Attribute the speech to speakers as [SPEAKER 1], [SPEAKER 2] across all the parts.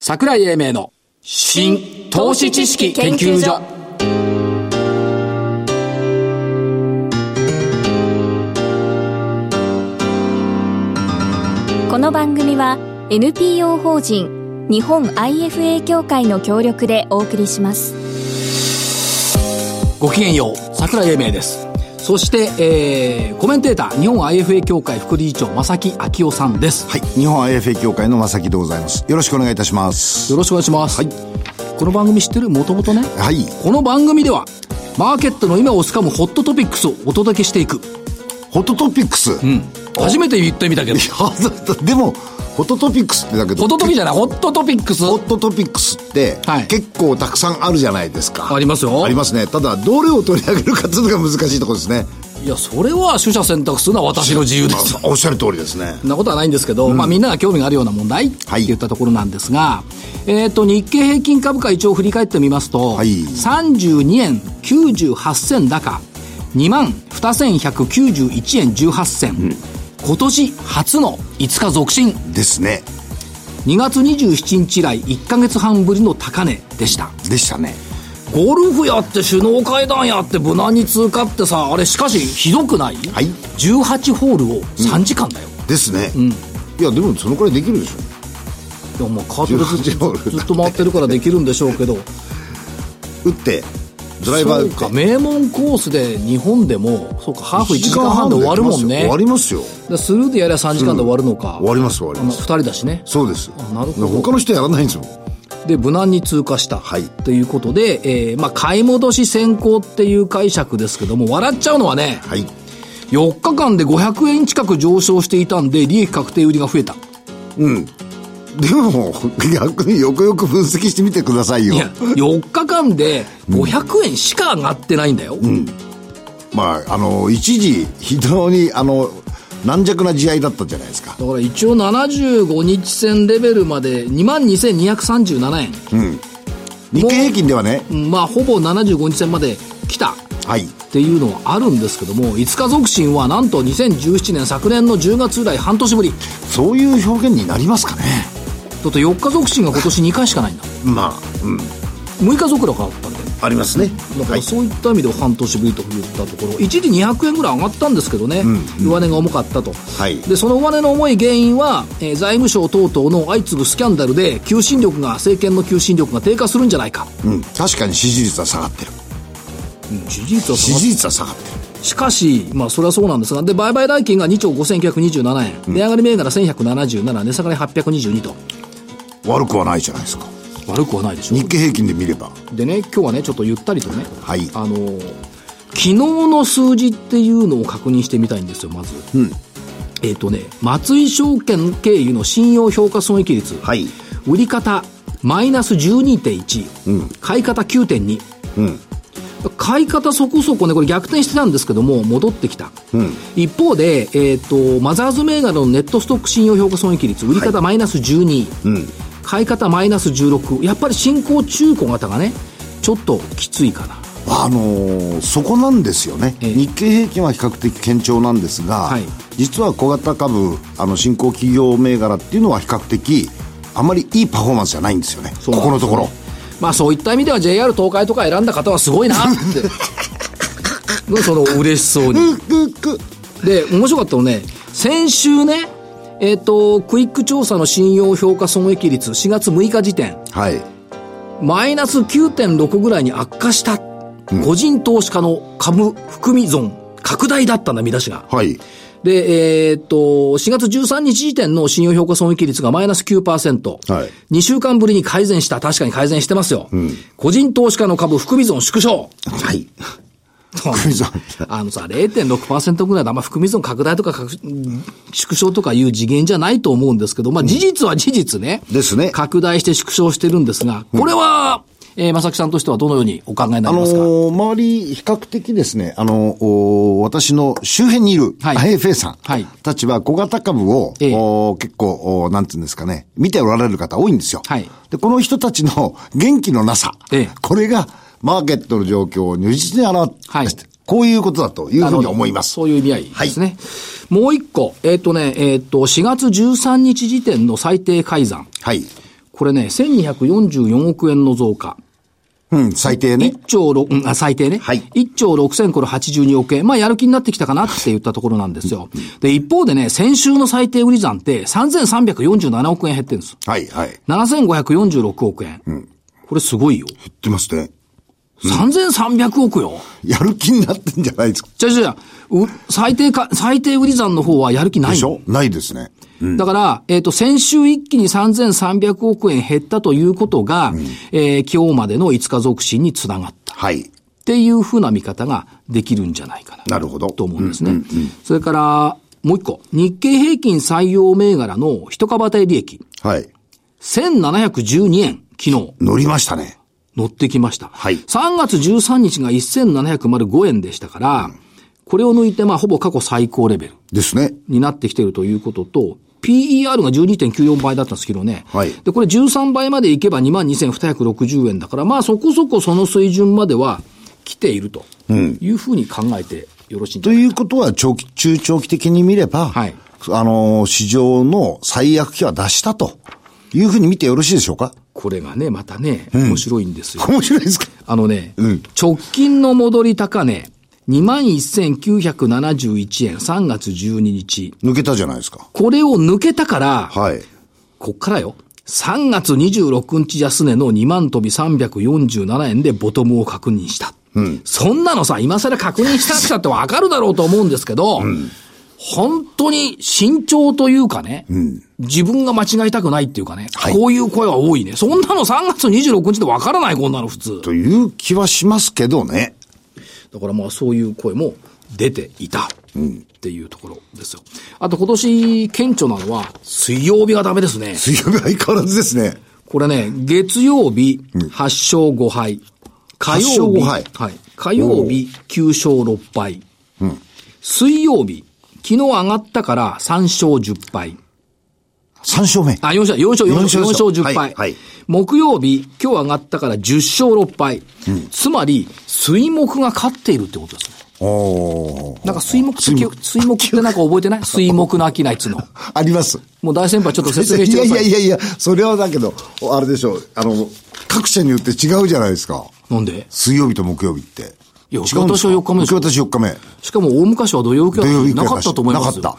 [SPEAKER 1] 桜井英明の新投資知識研究所
[SPEAKER 2] この番組は NPO 法人日本 IFA 協会の協力でお送りします
[SPEAKER 1] ごきげんよう桜井英明ですそして、えー、コメンテーター日本 IFA 協会副理事長正木昭夫さんです、
[SPEAKER 3] はい。日本 IFA 協会の正木でございます。よろしくお願いいたします。
[SPEAKER 1] よろしくお願いします、この番組知ってるもともとね
[SPEAKER 3] はい。
[SPEAKER 1] この番組ではマーケットの今をつかむホットトピックスをお届けしていく、
[SPEAKER 3] ホットトピックス。うん。
[SPEAKER 1] 初めて言ってみ たけど
[SPEAKER 3] でも、ホットトピックスってだけど。
[SPEAKER 1] ホットトピじゃ
[SPEAKER 3] ない
[SPEAKER 1] ないホットトピックス
[SPEAKER 3] ホットトピックスって、
[SPEAKER 1] はい
[SPEAKER 3] 結構たくさんあるじゃないですか。
[SPEAKER 1] ありますよ
[SPEAKER 3] ありますね。ただ、どれを取り上げるかっていうのが難しいところですね。
[SPEAKER 1] いやそれは取捨選択するのは私の自由です
[SPEAKER 3] あおっしゃる通りですね。
[SPEAKER 1] そんなことはないんですけど、まあ、みんなが興味があるような問題って
[SPEAKER 3] はい
[SPEAKER 1] 言ったところなんですが、えっと日経平均株価一応振り返ってみますと、
[SPEAKER 3] はい
[SPEAKER 1] 32円98銭高2万2191円18銭、今年初の5日続伸
[SPEAKER 3] ですね。
[SPEAKER 1] 2月27日以来1ヶ月半ぶりの高値でした
[SPEAKER 3] でしたね。
[SPEAKER 1] ゴルフやって首脳会談やって無難に通過ってさあれしかしひどくない、
[SPEAKER 3] はい
[SPEAKER 1] 18ホールを3時間だよ、
[SPEAKER 3] ですね。いや、でもそのくらいできるでしょ。
[SPEAKER 1] でもまあカートでず
[SPEAKER 3] 18ホール
[SPEAKER 1] ずっと回ってるからできるんでしょうけど
[SPEAKER 3] 打って、ドライバー打っ
[SPEAKER 1] そうか
[SPEAKER 3] て。
[SPEAKER 1] 名門コースで日本でもそうかハーフ1時間半で終わるもんね
[SPEAKER 3] 終わりますよ。
[SPEAKER 1] でスルーでやりゃ3時間で終わるのか、
[SPEAKER 3] 終わります、終わり
[SPEAKER 1] まあ、
[SPEAKER 3] ま
[SPEAKER 1] 2
[SPEAKER 3] す。
[SPEAKER 1] 人だしね
[SPEAKER 3] そうです。
[SPEAKER 1] なるほど
[SPEAKER 3] 他の人やらないんですよ。
[SPEAKER 1] で無難に通過した、
[SPEAKER 3] はい
[SPEAKER 1] ということで、えーまあ、買い戻し先行っていう解釈ですけども笑っちゃうのはね
[SPEAKER 3] はい。
[SPEAKER 1] 4日間で500円近く上昇していたんで利益確定売りが増えた
[SPEAKER 3] うん。でも、逆によくよく分析してみてくださいよ
[SPEAKER 1] い。や4日間で500円しか上がってないんだよ、
[SPEAKER 3] まあ、あの、一時、非常に、あの、軟弱な試合だったじゃないですか。
[SPEAKER 1] だから一応75日線レベルまで2万2237円、
[SPEAKER 3] 日経平均ではね、
[SPEAKER 1] うんまあほぼ75日線まで来たっ
[SPEAKER 3] はい。
[SPEAKER 1] ていうのはあるんですけども5日続伸はなんと2017年昨年の10月以来半年ぶりだ
[SPEAKER 3] そういう表現になりますかね。
[SPEAKER 1] って4日続伸が今年2回しかないんだ
[SPEAKER 3] まあ、うん。
[SPEAKER 1] 6日続落があったんだよ
[SPEAKER 3] ありますね。
[SPEAKER 1] だか
[SPEAKER 3] は
[SPEAKER 1] ら
[SPEAKER 3] い。
[SPEAKER 1] そういった意味では半年ぶりといったところ一時200円ぐらい上がったんですけどね、上値が重かったと、
[SPEAKER 3] はい
[SPEAKER 1] でその上値の重い原因は、えー財務省等々の相次ぐスキャンダルで求心力が政権の求心力が低下するんじゃないか、
[SPEAKER 3] うん。確かに支持率は下がってる。
[SPEAKER 1] うん支持率は下
[SPEAKER 3] 支
[SPEAKER 1] がっ
[SPEAKER 3] 持率は下がってる。
[SPEAKER 1] しかし、まあ、それはそうなんですがで売買代金が2兆5927円、値上がり銘柄1177値下がり822と
[SPEAKER 3] 悪くはないじゃないですか。
[SPEAKER 1] 悪くはないでしょ
[SPEAKER 3] 日経平均で見れば。
[SPEAKER 1] でね今日はねちょっとゆったりとね、
[SPEAKER 3] はい
[SPEAKER 1] あのー昨日の数字っていうのを確認してみたいんですよまず、えっ、とね松井証券経由の信用評価損益率、
[SPEAKER 3] い。
[SPEAKER 1] 売り方マイナス12.1、買い方9.2
[SPEAKER 3] うん。
[SPEAKER 1] 買い方そこそこね、これ逆転してたんですけども、戻ってきた。一方で、えっ、と、マザーズ銘柄のネットストック信用評価損益率、売り方マイナス12、
[SPEAKER 3] ん
[SPEAKER 1] 買い方マイナス16。やっぱり新興中古型がね、ちょっときついかな。
[SPEAKER 3] あのーそこなんですよね、
[SPEAKER 1] ええ
[SPEAKER 3] 日経平均は比較的堅調なんですが、
[SPEAKER 1] はい
[SPEAKER 3] 実は小型株あの新興企業銘柄っていうのは比較的あまりいいパフォーマンスじゃないんですよね
[SPEAKER 1] そう
[SPEAKER 3] こ
[SPEAKER 1] なん
[SPEAKER 3] こ
[SPEAKER 1] で
[SPEAKER 3] の
[SPEAKER 1] す
[SPEAKER 3] ところ
[SPEAKER 1] まあそういった意味では JR 東海とか選んだ方はすごいなって。 その嬉しそうに。
[SPEAKER 3] くく
[SPEAKER 1] で、面白かったのね、先週ね、えっ、と、クイック調査の信用評価損益率、4月6日時点、
[SPEAKER 3] はい
[SPEAKER 1] マイナス9.6ぐらいに悪化した、個人投資家の株含み損拡大だったんだ、見出しが。
[SPEAKER 3] はい
[SPEAKER 1] で、えーっと、4月13日時点の信用評価損益率がマイナス9%。
[SPEAKER 3] はい
[SPEAKER 1] 2週間ぶりに改善した。確かに改善してますよ。個人投資家の株含み損縮小。
[SPEAKER 3] はい クイ ズは
[SPEAKER 1] あのさ、0.6%ぐらいであんま含み損拡大とか拡縮小とかいう次元じゃないと思うんですけど、まあ事実は事実ね。
[SPEAKER 3] ですね
[SPEAKER 1] 拡大して縮小してるんですが、これは、えー、まさきさんとしてはどのようにお考えにな
[SPEAKER 3] あ
[SPEAKER 1] り
[SPEAKER 3] の
[SPEAKER 1] ますか、
[SPEAKER 3] ー周り比較的ですねあのーおー私の周辺にいる
[SPEAKER 1] はい
[SPEAKER 3] IFA さん
[SPEAKER 1] はい
[SPEAKER 3] たちは小型株を、
[SPEAKER 1] ええ
[SPEAKER 3] おー結構おーなんていうんですかね見ておられる方多いんですよ、
[SPEAKER 1] はい
[SPEAKER 3] で、この人たちの元気のなさ、
[SPEAKER 1] ええ
[SPEAKER 3] これがマーケットの状況を如実に表して、
[SPEAKER 1] はい
[SPEAKER 3] こういうことだというふうに思いま
[SPEAKER 1] なる
[SPEAKER 3] す。
[SPEAKER 1] ほどそういう意味合いですね。もう一個、えーっ、とね、えーっ、と、4月13日時点の最低改ざん。
[SPEAKER 3] はい。
[SPEAKER 1] これね、1244億円の増加。
[SPEAKER 3] うん、最低ね
[SPEAKER 1] 1。兆6、うんあ、最低ね。
[SPEAKER 3] はい
[SPEAKER 1] 1兆6000これ82億円。まあ、やる気になってきたかなって言ったところなんですよ。で、一方でね、先週の最低売り算って3347億円減ってるんです。
[SPEAKER 3] はい、はい。言
[SPEAKER 1] 7546億円。これすごいよ。
[SPEAKER 3] ってますね。
[SPEAKER 1] 3300億よ。
[SPEAKER 3] やる気になってんじゃないですか。
[SPEAKER 1] じゃあじゃあじゃあう最低か、最低売り算の方はやる気ない
[SPEAKER 3] で
[SPEAKER 1] の
[SPEAKER 3] しょないですね。
[SPEAKER 1] だから、えっ、と、先週一気に3300億円減ったということが、えー今日までの5日続伸につながった。
[SPEAKER 3] はい。
[SPEAKER 1] っていうふうな見方ができるんじゃないかな。
[SPEAKER 3] なるほど。
[SPEAKER 1] と思うんですね。それから、もう一個。日経平均採用銘柄の一株当たり利益。
[SPEAKER 3] はい。
[SPEAKER 1] 1712円、昨日、
[SPEAKER 3] 乗りましたね。
[SPEAKER 1] 乗ってきました。
[SPEAKER 3] はい
[SPEAKER 1] 3月13日が1705円でしたから、これを抜いて、まあ、ほぼ過去最高レベル。
[SPEAKER 3] ですね。
[SPEAKER 1] になってきているということと、PER が12.94倍だったんですけどね。
[SPEAKER 3] はい
[SPEAKER 1] で、これ13倍までいけば22,260円だから、まあそこそこその水準までは来ているというふうに考えてよろしいんじ
[SPEAKER 3] と
[SPEAKER 1] ゃない
[SPEAKER 3] いうことは、長期、中長期的に見れば、
[SPEAKER 1] はい
[SPEAKER 3] あのー、市場の最悪期は出したというふうに見てよろしいでしょうか
[SPEAKER 1] これがね、またね、面白いんですよ。
[SPEAKER 3] 面白いですか
[SPEAKER 1] あのね、
[SPEAKER 3] うん
[SPEAKER 1] 直近の戻り高値、21,971円3月12日。
[SPEAKER 3] 抜けたじゃないですか。
[SPEAKER 1] これを抜けたから、
[SPEAKER 3] はい。
[SPEAKER 1] こっからよ。3月26日安値の2万飛び347円でボトムを確認した。そんなのさ、今更確認したってわかるだろうと思うんですけど、本当に慎重というかね、自分が間違いたくないっていうかね、
[SPEAKER 3] はい
[SPEAKER 1] こういう声は多いね。そんなの3月26日でわからない、こんなの普通。
[SPEAKER 3] という気はしますけどね。
[SPEAKER 1] だからまあそういう声も出ていた。っていうところですよ。あと今年顕著なのは、水曜日がダメですね。
[SPEAKER 3] 水曜日相変わらずですね。
[SPEAKER 1] これね、月曜日、8勝5敗。火曜日、
[SPEAKER 3] 8勝5敗
[SPEAKER 1] はい。火曜日、9勝6敗。水曜日、昨日上がったから3勝10敗。
[SPEAKER 3] 3勝目。
[SPEAKER 1] あ、4勝、4勝、4勝、
[SPEAKER 3] 4
[SPEAKER 1] 4勝10
[SPEAKER 3] 勝
[SPEAKER 1] 敗。
[SPEAKER 3] はいはい
[SPEAKER 1] 木曜日、今日上がったから10勝6敗。つまり、水木が勝っているってことですね。
[SPEAKER 3] おー
[SPEAKER 1] なんか水木ってきゅ、水木ってなんか覚えて ない水木の商いっつうの。
[SPEAKER 3] あります。
[SPEAKER 1] もう大先輩ちょっと説明し
[SPEAKER 3] い
[SPEAKER 1] てく
[SPEAKER 3] や
[SPEAKER 1] だ
[SPEAKER 3] い
[SPEAKER 1] さ
[SPEAKER 3] や
[SPEAKER 1] い。
[SPEAKER 3] いやいや、それはだけど、あれでしょう。あの、各社によって違うじゃないですか。
[SPEAKER 1] なんで
[SPEAKER 3] 水曜日と木曜日って。
[SPEAKER 1] いや
[SPEAKER 3] 違うんですか
[SPEAKER 1] 受け渡しは4日目でしょ
[SPEAKER 3] 受け渡し4日目。
[SPEAKER 1] しかも大昔は土曜日
[SPEAKER 3] 土曜日
[SPEAKER 1] なかったと思いますよ。
[SPEAKER 3] なかった。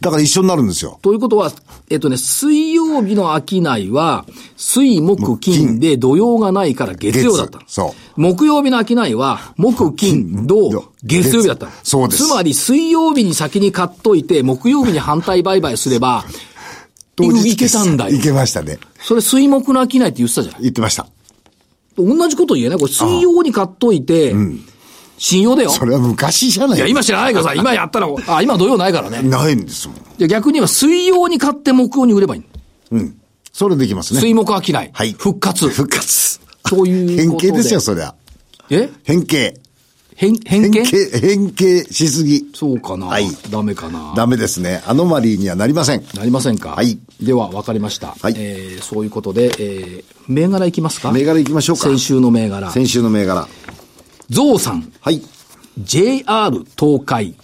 [SPEAKER 3] だから一緒になるんですよ。
[SPEAKER 1] ということは、えっとね、水曜日の商いは、水、木、金で土曜がないから月曜だったの
[SPEAKER 3] 月そ
[SPEAKER 1] 木曜日の商いは、木、金、土
[SPEAKER 3] 土、
[SPEAKER 1] 月曜日だったの
[SPEAKER 3] 月そうです
[SPEAKER 1] つまり、水曜日に先に買っといて、木曜日に反対売買すれば、いけたんだよ
[SPEAKER 3] い。けましたね。
[SPEAKER 1] それ水木の商いって言ってたじゃない。
[SPEAKER 3] 言ってました。
[SPEAKER 1] 同じこと言えないこれ水曜に買っといて、信用だよ。
[SPEAKER 3] それは昔じゃない
[SPEAKER 1] いや、今知らないからさ、今やったら、あ、今土曜ないからね。
[SPEAKER 3] ないんですもん。
[SPEAKER 1] じゃあ逆には水曜に買って木曜に売ればいいの。
[SPEAKER 3] うん。それできますね。
[SPEAKER 1] 水木商い。
[SPEAKER 3] はい
[SPEAKER 1] 復活。
[SPEAKER 3] 復活。
[SPEAKER 1] という
[SPEAKER 3] 変
[SPEAKER 1] ことで。
[SPEAKER 3] 形ですよ、そりゃ。
[SPEAKER 1] え
[SPEAKER 3] 変形。
[SPEAKER 1] 変、変
[SPEAKER 3] 変
[SPEAKER 1] 形
[SPEAKER 3] 形、変形しすぎ。
[SPEAKER 1] そうかな、
[SPEAKER 3] はい
[SPEAKER 1] ダメかな
[SPEAKER 3] ダメですね。アノマリーにはなりません。
[SPEAKER 1] なりませんか
[SPEAKER 3] はい
[SPEAKER 1] では、わかりました。
[SPEAKER 3] はい
[SPEAKER 1] えー、そういうことで、えー、銘柄いきますか
[SPEAKER 3] 銘柄行きましょうか
[SPEAKER 1] 先週の銘柄。
[SPEAKER 3] 先週の銘柄。
[SPEAKER 1] ゾウさん、
[SPEAKER 3] はい。
[SPEAKER 1] JR 東海、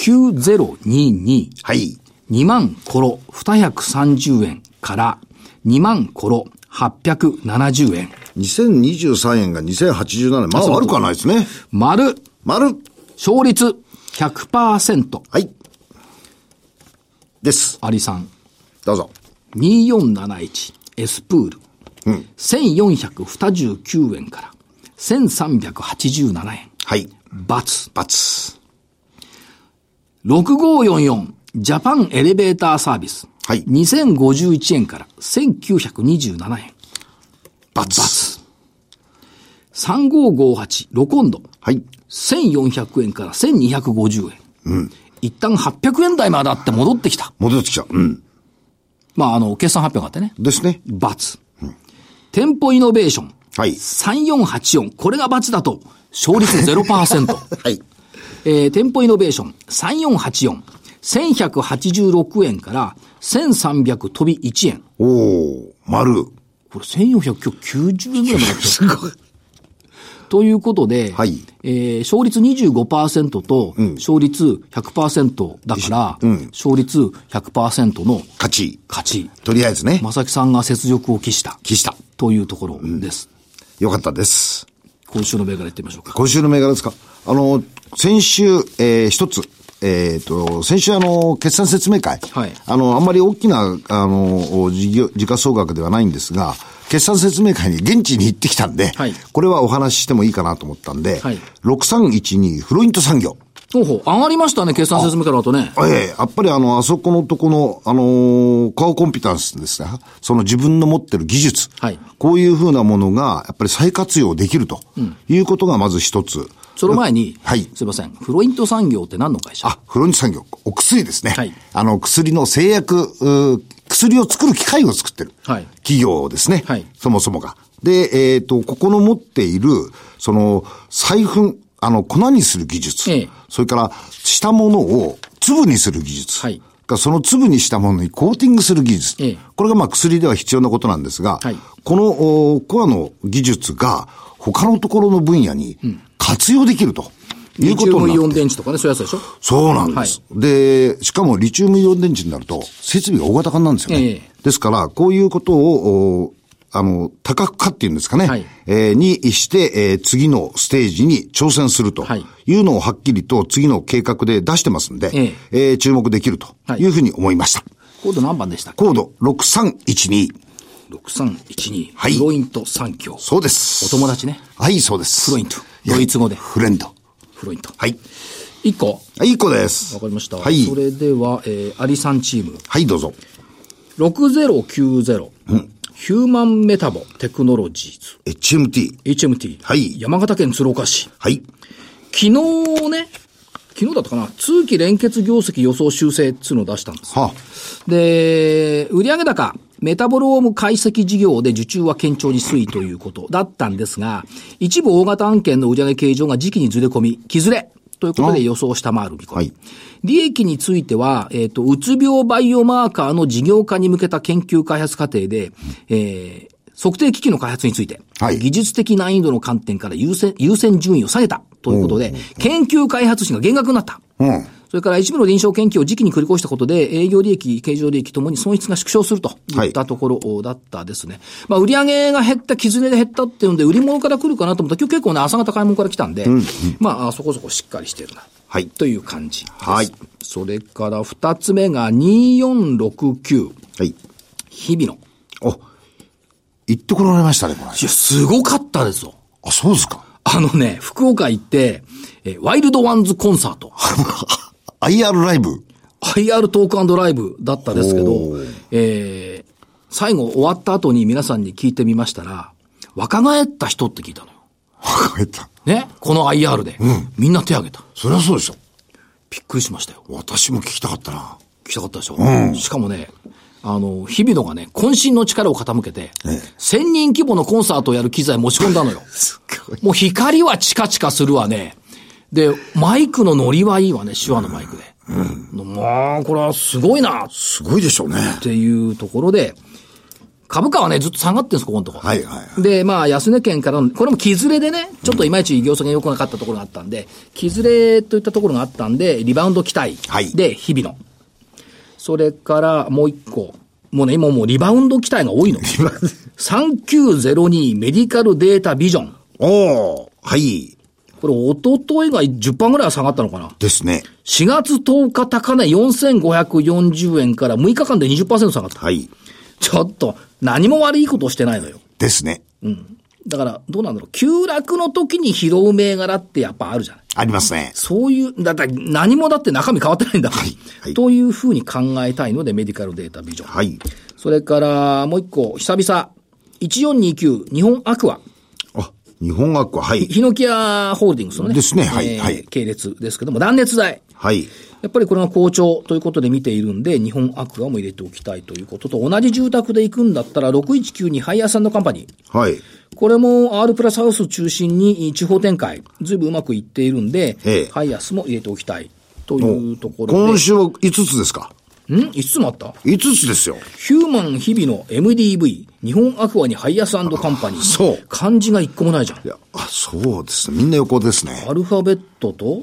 [SPEAKER 1] 9022、
[SPEAKER 3] はい。
[SPEAKER 1] 2万コロ230円から、2万コロ870円。
[SPEAKER 3] 2023円が2087円。まあ悪くはないですね。
[SPEAKER 1] 丸、
[SPEAKER 3] 丸。
[SPEAKER 1] 勝率100%。
[SPEAKER 3] はい。です。
[SPEAKER 1] アリさん、
[SPEAKER 3] どうぞ。
[SPEAKER 1] 2471エスプール、
[SPEAKER 3] うん
[SPEAKER 1] 1429円から1387円
[SPEAKER 3] はい。
[SPEAKER 1] バツ
[SPEAKER 3] バツ。
[SPEAKER 1] 6544ジャパンエレベーターサービス、
[SPEAKER 3] はい
[SPEAKER 1] 2051円から1927円
[SPEAKER 3] バ
[SPEAKER 1] バ
[SPEAKER 3] ツ。
[SPEAKER 1] ツ3558ロコンド
[SPEAKER 3] はい。
[SPEAKER 1] 1400円から1250円、一旦800円台まであって戻ってきた
[SPEAKER 3] 戻ってきた。うん。
[SPEAKER 1] まああの決算発表があってね
[SPEAKER 3] ですね。
[SPEAKER 1] ×。店舗イノベーション。
[SPEAKER 3] はい
[SPEAKER 1] 3484。これが×だと、勝率0%。
[SPEAKER 3] はい。
[SPEAKER 1] えー、店舗イノベーション。3484。1186円から1300飛び1円。
[SPEAKER 3] おー、丸。
[SPEAKER 1] これ1490円ぐらいまでだった。
[SPEAKER 3] すごい。
[SPEAKER 1] ということで、
[SPEAKER 3] はい
[SPEAKER 1] えー勝率25%と、
[SPEAKER 3] ん
[SPEAKER 1] 勝率100%だから、
[SPEAKER 3] うん
[SPEAKER 1] 勝率100%の
[SPEAKER 3] 勝ち。
[SPEAKER 1] 勝ち。
[SPEAKER 3] とりあえずね、
[SPEAKER 1] 正木さんが雪辱を期した。
[SPEAKER 3] 期した。
[SPEAKER 1] というところです。
[SPEAKER 3] よかったです。
[SPEAKER 1] 今週の銘柄いってみましょうか。
[SPEAKER 3] 今週の銘柄ですかあの、先週、えー一つ、えっ、と、先週あの、決算説明会。
[SPEAKER 1] はい
[SPEAKER 3] あの、あんまり大きな、あの、事業、時価総額ではないんですが、決算説明会に現地に行ってきたんで、
[SPEAKER 1] はい
[SPEAKER 3] これはお話ししてもいいかなと思ったんで、
[SPEAKER 1] はい
[SPEAKER 3] 6312フロイント産業。
[SPEAKER 1] ほうほう、上がりましたね、決算説明からだとね。
[SPEAKER 3] ええ、やっぱりあの、あそこのとこの、あのーコアコンピタンスですね。その自分の持ってる技術。
[SPEAKER 1] はい
[SPEAKER 3] こういうふうなものが、やっぱり再活用できるということがまず一つ。
[SPEAKER 1] その前に、
[SPEAKER 3] はい
[SPEAKER 1] すいません、フロイント産業って何の会社
[SPEAKER 3] あ、フロンチ産業、お薬ですね。
[SPEAKER 1] はい
[SPEAKER 3] あの、薬の製薬、うー薬を作る機械を作ってる。
[SPEAKER 1] はい
[SPEAKER 3] 企業ですね。
[SPEAKER 1] はい
[SPEAKER 3] そもそもが。で、えっ、と、ここの持っている、その、細粉、あの、粉にする技術。
[SPEAKER 1] ええ
[SPEAKER 3] それから、したものを粒にする技術。
[SPEAKER 1] はい
[SPEAKER 3] がその粒にしたものにコーティングする技術。
[SPEAKER 1] ええ
[SPEAKER 3] これがまあ薬では必要なことなんですが、
[SPEAKER 1] はい
[SPEAKER 3] このおコアの技術が他のところの分野に活用できるということになって
[SPEAKER 1] リチウムイオン電池とかね、そういうやつでしょ
[SPEAKER 3] そうなんです、で、しかもリチウムイオン電池になると、設備が大型化になるんですよね。
[SPEAKER 1] ええ
[SPEAKER 3] ですから、こういうことを、おあの、多角化っていうんですかね。
[SPEAKER 1] はい
[SPEAKER 3] えーにして、えー次のステージに挑戦すると
[SPEAKER 1] はい
[SPEAKER 3] いうのをはっきりと次の計画で出してますんで、
[SPEAKER 1] え
[SPEAKER 3] えー注目できると
[SPEAKER 1] はい
[SPEAKER 3] いうふうに思いました。
[SPEAKER 1] コード何番でしたっけ
[SPEAKER 3] コード6312。
[SPEAKER 1] 6312、
[SPEAKER 3] はい
[SPEAKER 1] フロイント産業。
[SPEAKER 3] そうです。
[SPEAKER 1] お友達ね。
[SPEAKER 3] はい、そうです。
[SPEAKER 1] フロイント
[SPEAKER 3] いや
[SPEAKER 1] ドイツ語で
[SPEAKER 3] フレンド。
[SPEAKER 1] フロイント。
[SPEAKER 3] はい。
[SPEAKER 1] 1個。
[SPEAKER 3] はい、いい子です。
[SPEAKER 1] わかりました。
[SPEAKER 3] はい。
[SPEAKER 1] それでは、えー、アリさんチーム。
[SPEAKER 3] はい、どうぞ。
[SPEAKER 1] 6090、ヒューマンメタボテクノロジーズ。
[SPEAKER 3] HMT。
[SPEAKER 1] HMT。
[SPEAKER 3] はい
[SPEAKER 1] 山形県鶴岡市。
[SPEAKER 3] はい。
[SPEAKER 1] 昨日ね、昨日だったかな、通期連結業績予想修正っつうのを出したんです。
[SPEAKER 3] はあ。
[SPEAKER 1] で、売上高、メタボローム解析事業で受注は堅調に推移ということだったんですが、一部大型案件の売上形状が時期にずれ込み、気ずれ。ということで予想を下回る見込み。
[SPEAKER 3] はい
[SPEAKER 1] 利益については、えっ、と、うつ病バイオマーカーの事業化に向けた研究開発過程で、えー測定機器の開発について、
[SPEAKER 3] はい
[SPEAKER 1] 技術的難易度の観点から優先、優先順位を下げたということで、研究開発費が減額になった。
[SPEAKER 3] うん。
[SPEAKER 1] それから一部の臨床研究を時期に繰り越したことで、営業利益、経常利益ともに損失が縮小すると
[SPEAKER 3] はい
[SPEAKER 1] いったところだったですね。まあ、売上が減った、絆で減ったっていうんで、売り物から来るかなと思ったら、今日結構ね、朝方買い物から来たんで、まあ、そこそこしっかりしてるな。
[SPEAKER 3] はい
[SPEAKER 1] という感じです。
[SPEAKER 3] はい
[SPEAKER 1] それから二つ目が2469、
[SPEAKER 3] はい。
[SPEAKER 1] 日々の。
[SPEAKER 3] あ、行ってこられましたね、これ。
[SPEAKER 1] いや、すごかったですよ。
[SPEAKER 3] あ、そうです か。
[SPEAKER 1] あのね、福岡行って、えーワイルドワンズコンサート。
[SPEAKER 3] IR ライブ。
[SPEAKER 1] IR トークライブだったですけど
[SPEAKER 3] おー、
[SPEAKER 1] えー、最後終わった後に皆さんに聞いてみましたら、若返った人って聞いたのよ。
[SPEAKER 3] わかった。
[SPEAKER 1] ねこの IR で。みんな手挙げた。
[SPEAKER 3] そりゃそうでしょ。
[SPEAKER 1] びっくりしましたよ。
[SPEAKER 3] 私も聞きたかったな。
[SPEAKER 1] 聞きたかったでしょ、しかもね、あの、日々のがね、渾身の力を傾けて、1000人規模のコンサートをやる機材持ち込んだの よ。もう光はチカチカするわね。で、マイクのノリはいいわね、手話のマイクで。まあ、これはすごいな、
[SPEAKER 3] すごいでしょうね。
[SPEAKER 1] っていうところで、株価はね、ずっと下がってるんです、ここのところ。
[SPEAKER 3] はいはいは
[SPEAKER 1] で、まあ、安値県からの、これも木ずれでね、ちょっといまいち業績が良くなかったところがあったんで、木ずれといったところがあったんで、リバウンド期待
[SPEAKER 3] はい
[SPEAKER 1] で、日々の。それから、もう一個。もうね、今もうリバウンド期待が多いの。3902メディカルデータビジョン。
[SPEAKER 3] おー、はい。
[SPEAKER 1] これ、おとといが10%ぐらいは下がったのかな。
[SPEAKER 3] ですね。
[SPEAKER 1] 4月10日高値4540円から6日間で20%下がった。
[SPEAKER 3] はい。
[SPEAKER 1] ちょっと、何も悪いことをしてないのよ。
[SPEAKER 3] ですね。
[SPEAKER 1] だから、どうなんだろう。急落の時に拾う銘柄ってやっぱあるじゃない。
[SPEAKER 3] ありますね。
[SPEAKER 1] そういう、だって何もだって中身変わってないんだから。
[SPEAKER 3] はいはい
[SPEAKER 1] というふうに考えたいので、メディカルデータビジョン。
[SPEAKER 3] はい。
[SPEAKER 1] それから、もう一個、久々。1429、日本アクア。
[SPEAKER 3] あ、日本学校、はい。
[SPEAKER 1] ヒノキアホールディングスのね。
[SPEAKER 3] ですねはいはい
[SPEAKER 1] 系列ですけども、断熱材。
[SPEAKER 3] はい。
[SPEAKER 1] やっぱりこれが好調ということで見ているんで、日本アクアも入れておきたいということと、同じ住宅で行くんだったら、6192ハイヤーサンドカンパニー。
[SPEAKER 3] はい。
[SPEAKER 1] これも R プラスハウス中心に地方展開、ずいぶんうまくいっているんで、
[SPEAKER 3] ええ
[SPEAKER 1] ハイアスも入れておきたいというところで。
[SPEAKER 3] 今週は5つですか
[SPEAKER 1] ん ?5 つもあった
[SPEAKER 3] 5つですよ。
[SPEAKER 1] ヒューマン日々の MDV、日本アクアにハイアスカンパニー。
[SPEAKER 3] そう
[SPEAKER 1] 漢字が一個もないじゃん
[SPEAKER 3] い。や、あ、そうですね。みんな横ですね。
[SPEAKER 1] アルファベットと、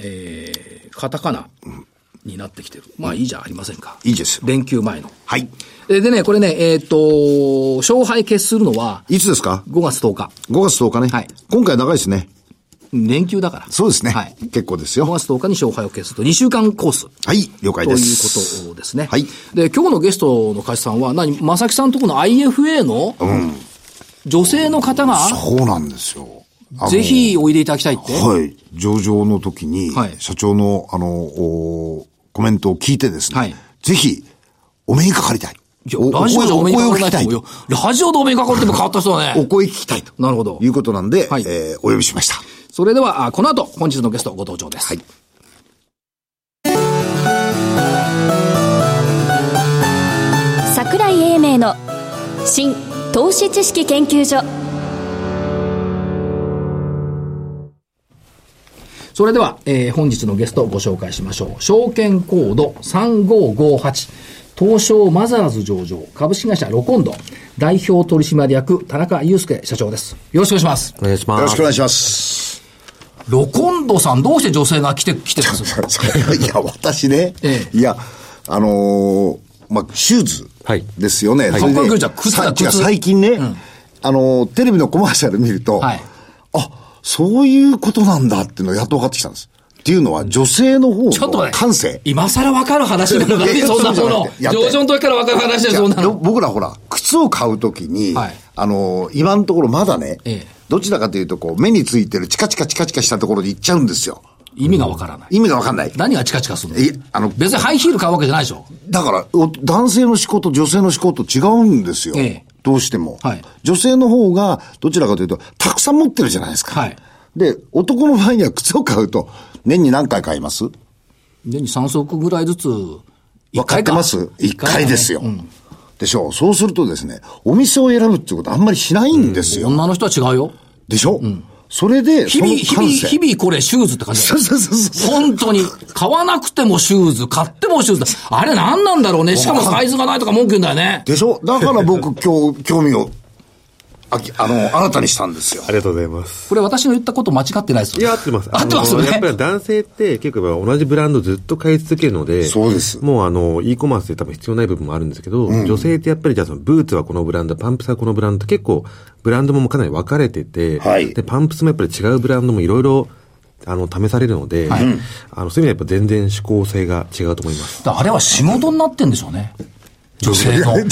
[SPEAKER 1] えー、カタカナになってきてる。まあいいじゃありませんか。
[SPEAKER 3] いいですよ。
[SPEAKER 1] 連休前の。
[SPEAKER 3] はい。
[SPEAKER 1] えでね、これね、えーっと、勝敗決するのはい
[SPEAKER 3] つですか
[SPEAKER 1] 5月10日。
[SPEAKER 3] ?5 月10日ね。
[SPEAKER 1] はい
[SPEAKER 3] 今回長いですね。
[SPEAKER 1] 連休だから。
[SPEAKER 3] そうですね。
[SPEAKER 1] はい。
[SPEAKER 3] 結構です
[SPEAKER 1] 5
[SPEAKER 3] よ。
[SPEAKER 1] 月10日に勝敗を決すると2週間コース。
[SPEAKER 3] はい。了解
[SPEAKER 1] とい
[SPEAKER 3] で
[SPEAKER 1] う
[SPEAKER 3] す。
[SPEAKER 1] ことですね。
[SPEAKER 3] はい。
[SPEAKER 1] で、今日のゲストの会社さんは、何、正木さんとこの IFA の、女性の方が、
[SPEAKER 3] そうなんですよ。あの
[SPEAKER 1] ぜ。ひおいでいただきたいって。
[SPEAKER 3] はい。上場の時に
[SPEAKER 1] はい、
[SPEAKER 3] 社長の、あの、おコメントを聞いてですね。
[SPEAKER 1] はい
[SPEAKER 3] ぜひ、お目にかかりたい。
[SPEAKER 1] いや
[SPEAKER 3] お
[SPEAKER 1] ラジオでお目にかかれない
[SPEAKER 3] お声を聞きた
[SPEAKER 1] と
[SPEAKER 3] い
[SPEAKER 1] 思うよ。ラジオでお目にかかるっても変わった人だ
[SPEAKER 3] お
[SPEAKER 1] ね。
[SPEAKER 3] 声聞きたいと。
[SPEAKER 1] なるほど
[SPEAKER 3] いうことなんで、
[SPEAKER 1] はい
[SPEAKER 3] えーお呼びしました。
[SPEAKER 1] それでは、あこの後、本日のゲストご登場です。
[SPEAKER 3] はい。
[SPEAKER 2] 桜井英明の新投資知識研究所
[SPEAKER 1] それでは、えー本日のゲストをご紹介しましょう。証券コード3558。東証マザーズ上場、株式会社ロコンド、代表取締役、田中祐介社長です。よろしくお願いします。
[SPEAKER 4] お願いし
[SPEAKER 3] よ
[SPEAKER 4] ま
[SPEAKER 3] ろしくお
[SPEAKER 4] す。
[SPEAKER 3] 願いします。
[SPEAKER 1] ロコンドさん、どうして女性が来て、来てるんですか
[SPEAKER 3] いや、私ね、
[SPEAKER 1] え
[SPEAKER 3] いや、あのーまあ、シューズ
[SPEAKER 4] はい
[SPEAKER 3] ですよね。
[SPEAKER 4] はい
[SPEAKER 3] それで
[SPEAKER 1] かっこよくじゃん靴だ
[SPEAKER 3] さ
[SPEAKER 1] 靴
[SPEAKER 3] 違う最近ね、あのーテレビのコマーシャル見ると、
[SPEAKER 1] はい
[SPEAKER 3] あ、そういうことなんだっていうのがやっと分かってきたんです。っていうのは、女性の方
[SPEAKER 1] ちょっと
[SPEAKER 3] の
[SPEAKER 1] ね、
[SPEAKER 3] 感性。
[SPEAKER 1] 今更わかる話なのかね、そんなもの。
[SPEAKER 3] いやそうじゃなくてやって
[SPEAKER 1] 上場の時からわかる話だよ、
[SPEAKER 3] いや
[SPEAKER 1] そんなの。
[SPEAKER 3] 僕らほら、靴を買うときに、
[SPEAKER 1] はい
[SPEAKER 3] あのー今のところまだね、
[SPEAKER 1] ええ
[SPEAKER 3] どちらかというと、こう、目についてるチカチカチカチカしたところに行っちゃうんですよ。
[SPEAKER 1] 意味がわからない。
[SPEAKER 3] 意味がわかんない。
[SPEAKER 1] 何がチカチカするの
[SPEAKER 3] いやあの
[SPEAKER 1] 別にハイヒール買うわけじゃないでしょ。
[SPEAKER 3] だから、お男性の思考と女性の思考と違うんですよ。
[SPEAKER 1] ええ
[SPEAKER 3] どうしても、
[SPEAKER 1] はい
[SPEAKER 3] 女性の方が、どちらかというと、たくさん持ってるじゃないですか。
[SPEAKER 1] はい
[SPEAKER 3] で、男の場合には靴を買うと、年に何回買います
[SPEAKER 1] 年に3足ぐらいずつ、
[SPEAKER 3] わかってます一回
[SPEAKER 1] だね
[SPEAKER 3] ですよ、でしょう。そうするとですね、お店を選ぶっていうことあんまりしないんですよ。
[SPEAKER 1] 女の人は違うよ。
[SPEAKER 3] でしょ、それで、
[SPEAKER 1] 日々、日
[SPEAKER 3] その
[SPEAKER 1] 々、
[SPEAKER 3] 感性
[SPEAKER 1] 日々これシューズって感じだ
[SPEAKER 3] そう
[SPEAKER 1] よ。
[SPEAKER 3] そうそうそう。
[SPEAKER 1] 本当に、買わなくてもシューズ、買ってもシューズだ。あれ何なんだろうね。しかもサイズがないとか文句言うんだよね。
[SPEAKER 3] でしょだか ら僕、今日、興味を、あき、あの、新たにしたんですよ
[SPEAKER 4] あ。りがとうございます。
[SPEAKER 1] これ私の言ったこと間違ってないですよ
[SPEAKER 4] い
[SPEAKER 1] ね
[SPEAKER 4] や、合ってます。
[SPEAKER 1] 合ってますよ
[SPEAKER 4] あのやっぱ
[SPEAKER 1] ね
[SPEAKER 4] り。男性って結構やっぱ同じブランドずっと買い続けるので、
[SPEAKER 3] そうです
[SPEAKER 4] もうあの、e コマースで多分必要ない部分もあるんですけど、女性ってやっぱりじゃあそのブーツはこのブランド、パンプスはこのブランド、結構ブランドもかなり分かれてて、
[SPEAKER 3] はい
[SPEAKER 4] で、パンプスもやっぱり違うブランドもいろいろ、あの、試されるので、あの、そういう意味ではやっぱ全然指向性が違うと思います。
[SPEAKER 1] あれは仕事になってんでしょうね。女性の。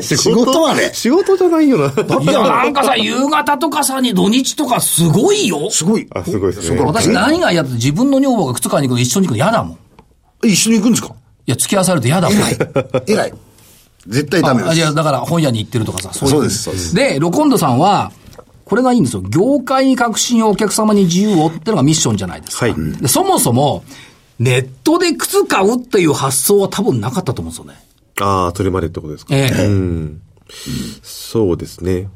[SPEAKER 3] 仕事はね、
[SPEAKER 4] 仕事じゃないよな。
[SPEAKER 1] いや、なんかさ、夕方とかさに土日とかすごいよ。
[SPEAKER 3] すごい。
[SPEAKER 4] あ、すごいですね。
[SPEAKER 1] 私何が嫌って自分の女房が靴買いに行くの一緒に行くの嫌だもん。い
[SPEAKER 3] 一緒に行くんですか
[SPEAKER 1] や、付き合わされて嫌だもん。
[SPEAKER 3] えらい。絶対ダメ
[SPEAKER 1] あ
[SPEAKER 3] で
[SPEAKER 1] い
[SPEAKER 3] す。
[SPEAKER 1] や、だから本屋に行ってるとかさ、そういう。
[SPEAKER 3] そうですそうです
[SPEAKER 1] で、ロコンドさんは、これがいいんですよ。業界に革新をお客様に自由をってのがミッションじゃないですか。
[SPEAKER 4] はい
[SPEAKER 1] でそもそも、ネットで靴買うっていう発想は多分なかったと思うんですよね。
[SPEAKER 4] ああ、それまでってことですか。
[SPEAKER 1] ええ
[SPEAKER 4] うん。そうですね。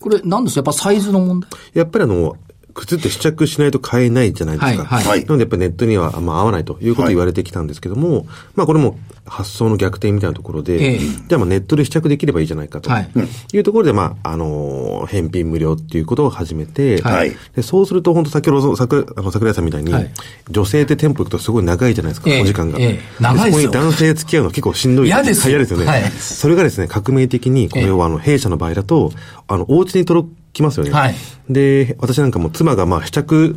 [SPEAKER 1] これ、なんですかやっぱサイズの問題。
[SPEAKER 4] やっぱりあの、靴って試着しないと買えないじゃないですか。
[SPEAKER 1] はい
[SPEAKER 3] はい
[SPEAKER 4] なのでやっぱりネットにはあんま合わないということを言われてきたんですけども、まあこれも発想の逆転みたいなところ
[SPEAKER 1] え
[SPEAKER 4] で、
[SPEAKER 1] え
[SPEAKER 4] じゃあまあネットで試着できればいいじゃないかと。
[SPEAKER 1] はいい。
[SPEAKER 4] うところで、まあ、あのー返品無料っていうことを始めて、
[SPEAKER 3] はい
[SPEAKER 4] でそうすると本当先ほどの桜あの桜井さんみたいに、
[SPEAKER 1] はい
[SPEAKER 4] 女性って店舗行くとすごい長いじゃないですか、
[SPEAKER 1] ええ
[SPEAKER 4] お時間が。
[SPEAKER 1] ええ長いですよ
[SPEAKER 4] そこに男性付き合うの結構しんどい。
[SPEAKER 1] 嫌ですよ
[SPEAKER 4] 嫌ですよね。
[SPEAKER 1] はい
[SPEAKER 4] それがですね、革命的に、こ
[SPEAKER 1] ええ
[SPEAKER 4] れはあの、弊社の場合だと、あの、お家に届きますよね。
[SPEAKER 1] はい
[SPEAKER 4] で、私なんかもう妻がまあ試着、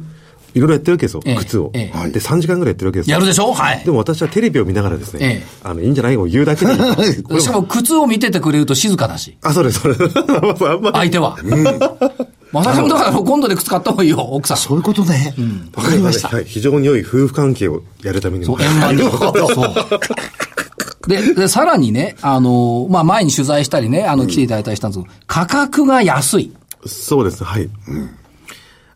[SPEAKER 4] いろいろやってるわけですよ、
[SPEAKER 1] ええ
[SPEAKER 4] 靴を。
[SPEAKER 1] え
[SPEAKER 3] え
[SPEAKER 4] で、3時間ぐらいやってるわけですよ
[SPEAKER 1] やるでしょはい
[SPEAKER 4] で。も私はテレビを見ながらですね、
[SPEAKER 1] ええ
[SPEAKER 4] あの、いいんじゃないを言うだ けで。これ
[SPEAKER 1] しかも靴を見ててくれると静かだし、
[SPEAKER 4] あ、そうです、そうです。 あんまり
[SPEAKER 1] 相手は。まさかもだから今度で靴買った方がいいよ、奥さん。
[SPEAKER 3] そういうことね。わかりました。
[SPEAKER 4] はい、非常に良い夫婦関係をやるために
[SPEAKER 1] そ
[SPEAKER 4] も。
[SPEAKER 1] う、円満に。そう。で、で、さらにね、あの、まあ、前に取材したりね、あの、来ていただいたりしたんですけど、価格が安い。
[SPEAKER 4] そうです、はい。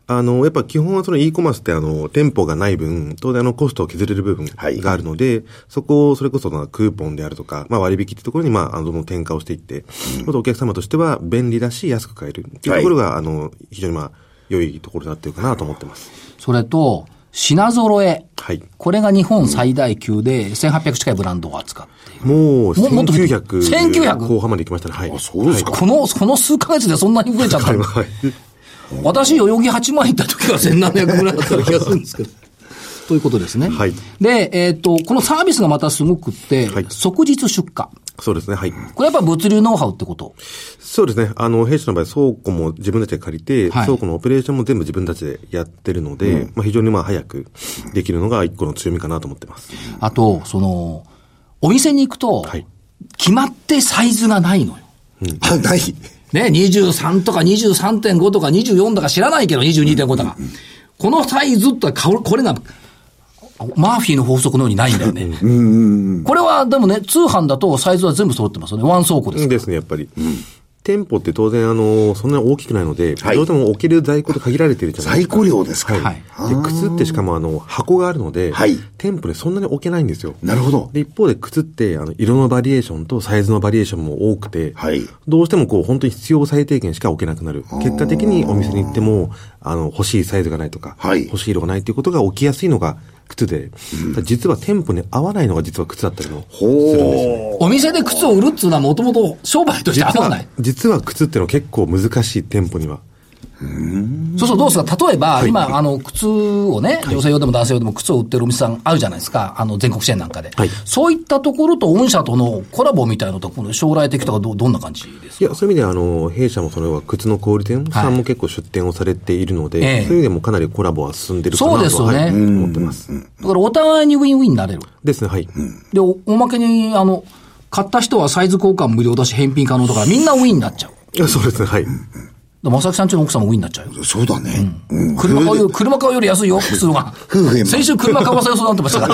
[SPEAKER 4] あの、やっぱ基本はその e コマースってあの、店舗がない分、当然あのコストを削れる部分
[SPEAKER 3] はい
[SPEAKER 4] があるので、そこをそれこそまあクーポンであるとか、まあ割引ってところにまあ、あの、どんどん転嫁をしていって、もっとお客様としては便利だし安く買えるっていうところが、あの、非常にまあ、良いところだっていうかなと思ってます。
[SPEAKER 1] それと、品揃え。
[SPEAKER 4] はい
[SPEAKER 1] これが日本最大級で、1800近いブランドを扱っている。
[SPEAKER 4] もう、
[SPEAKER 1] ももっと
[SPEAKER 4] 1900。
[SPEAKER 1] 1900
[SPEAKER 4] 後半まで行きましたね。はい。
[SPEAKER 3] そうですか
[SPEAKER 1] この、この数ヶ月でそんなに増えちゃった
[SPEAKER 4] はい。
[SPEAKER 1] の
[SPEAKER 4] はい。
[SPEAKER 1] 私、代々木8万円行った時は1700ぐらいだった気がするんですけど。ということですね。
[SPEAKER 4] はい
[SPEAKER 1] で、えっ、と、このサービスがまたすごくって、
[SPEAKER 4] はい
[SPEAKER 1] 即日出荷。
[SPEAKER 4] そうですね。はい。
[SPEAKER 1] これやっぱ物流ノウハウってこと。
[SPEAKER 4] そうですね。あの、弊社の場合、倉庫も自分たちで借りて、
[SPEAKER 1] はい
[SPEAKER 4] 倉庫のオペレーションも全部自分たちでやってるので、まあ非常にまあ早くできるのが一個の強みかなと思ってます。
[SPEAKER 1] あと、その、お店に行くと、
[SPEAKER 4] はい
[SPEAKER 1] 決まってサイズがないのよ。
[SPEAKER 3] あない。
[SPEAKER 1] ね、23とか23.5とか24だか知らないけど、22.5だか。このサイズってか、これが、マーフィーの法則のようにないんだよね。これはでもね、通販だとサイズは全部揃ってますよね。ワン倉庫です。
[SPEAKER 4] ですね、やっぱり。店舗って当然、あの、そんなに大きくないので、
[SPEAKER 3] はい
[SPEAKER 4] どうしても置ける在庫と限られてるじゃない
[SPEAKER 3] 在
[SPEAKER 4] ですか。
[SPEAKER 3] 庫量ですか。
[SPEAKER 1] は
[SPEAKER 3] はいい。
[SPEAKER 4] で、靴ってしかもあの、箱があるので、
[SPEAKER 3] はい
[SPEAKER 4] 店舗でそんなに置けないんですよ。
[SPEAKER 3] なるほど。
[SPEAKER 4] で、一方で靴って、あの、色のバリエーションとサイズのバリエーションも多くて、
[SPEAKER 3] はい
[SPEAKER 4] どうしてもこう、本当に必要最低限しか置けなくなる。結果的にお店に行っても、あの、欲しいサイズがないとか、
[SPEAKER 3] はい
[SPEAKER 4] 欲しい色がないっていうことが起きやすいのが靴で、実は店舗に合わないのが実は靴だったりもするんですよね。
[SPEAKER 1] お店で靴を売るっつうのはもともと商売として
[SPEAKER 4] 実
[SPEAKER 1] 合わな。、
[SPEAKER 4] はい実は靴ってのは結構難しい店舗には。
[SPEAKER 1] そうそう、どうすか例えば、今、あの、靴をね、女性用でも男性用でも靴を売ってるお店さんあるじゃないですか。あの、全国支援なんかで。
[SPEAKER 4] はい
[SPEAKER 1] そういったところと御社とのコラボみたいなのと、この将来的とかどうどんな感じです
[SPEAKER 4] いや、そういう意味では、あの、弊社もそれは靴の小売店さ
[SPEAKER 1] はい
[SPEAKER 4] んも結構出店をされているので、
[SPEAKER 1] ええ
[SPEAKER 4] そういう意味でもかなりコラボは進んでるかなと
[SPEAKER 1] そう
[SPEAKER 4] は
[SPEAKER 1] ですよね
[SPEAKER 4] はい思ってます。
[SPEAKER 1] だからお互いにウィンウィンになれる。
[SPEAKER 4] ですね、はい。
[SPEAKER 1] で、おおまけに、あの、買った人はサイズ交換無料だし、返品可能だから、みんなウィンになっちゃう。
[SPEAKER 4] いやそうですね、はい。
[SPEAKER 1] でまさきさんちの奥さんもウィンになっちゃうよ。
[SPEAKER 3] そうだね。うん。
[SPEAKER 1] 車買う
[SPEAKER 3] それ
[SPEAKER 1] よ、
[SPEAKER 3] で
[SPEAKER 1] 車買うより安いよ、靴が
[SPEAKER 3] 夫婦円。満
[SPEAKER 1] 先週車買わせようそうなってましたか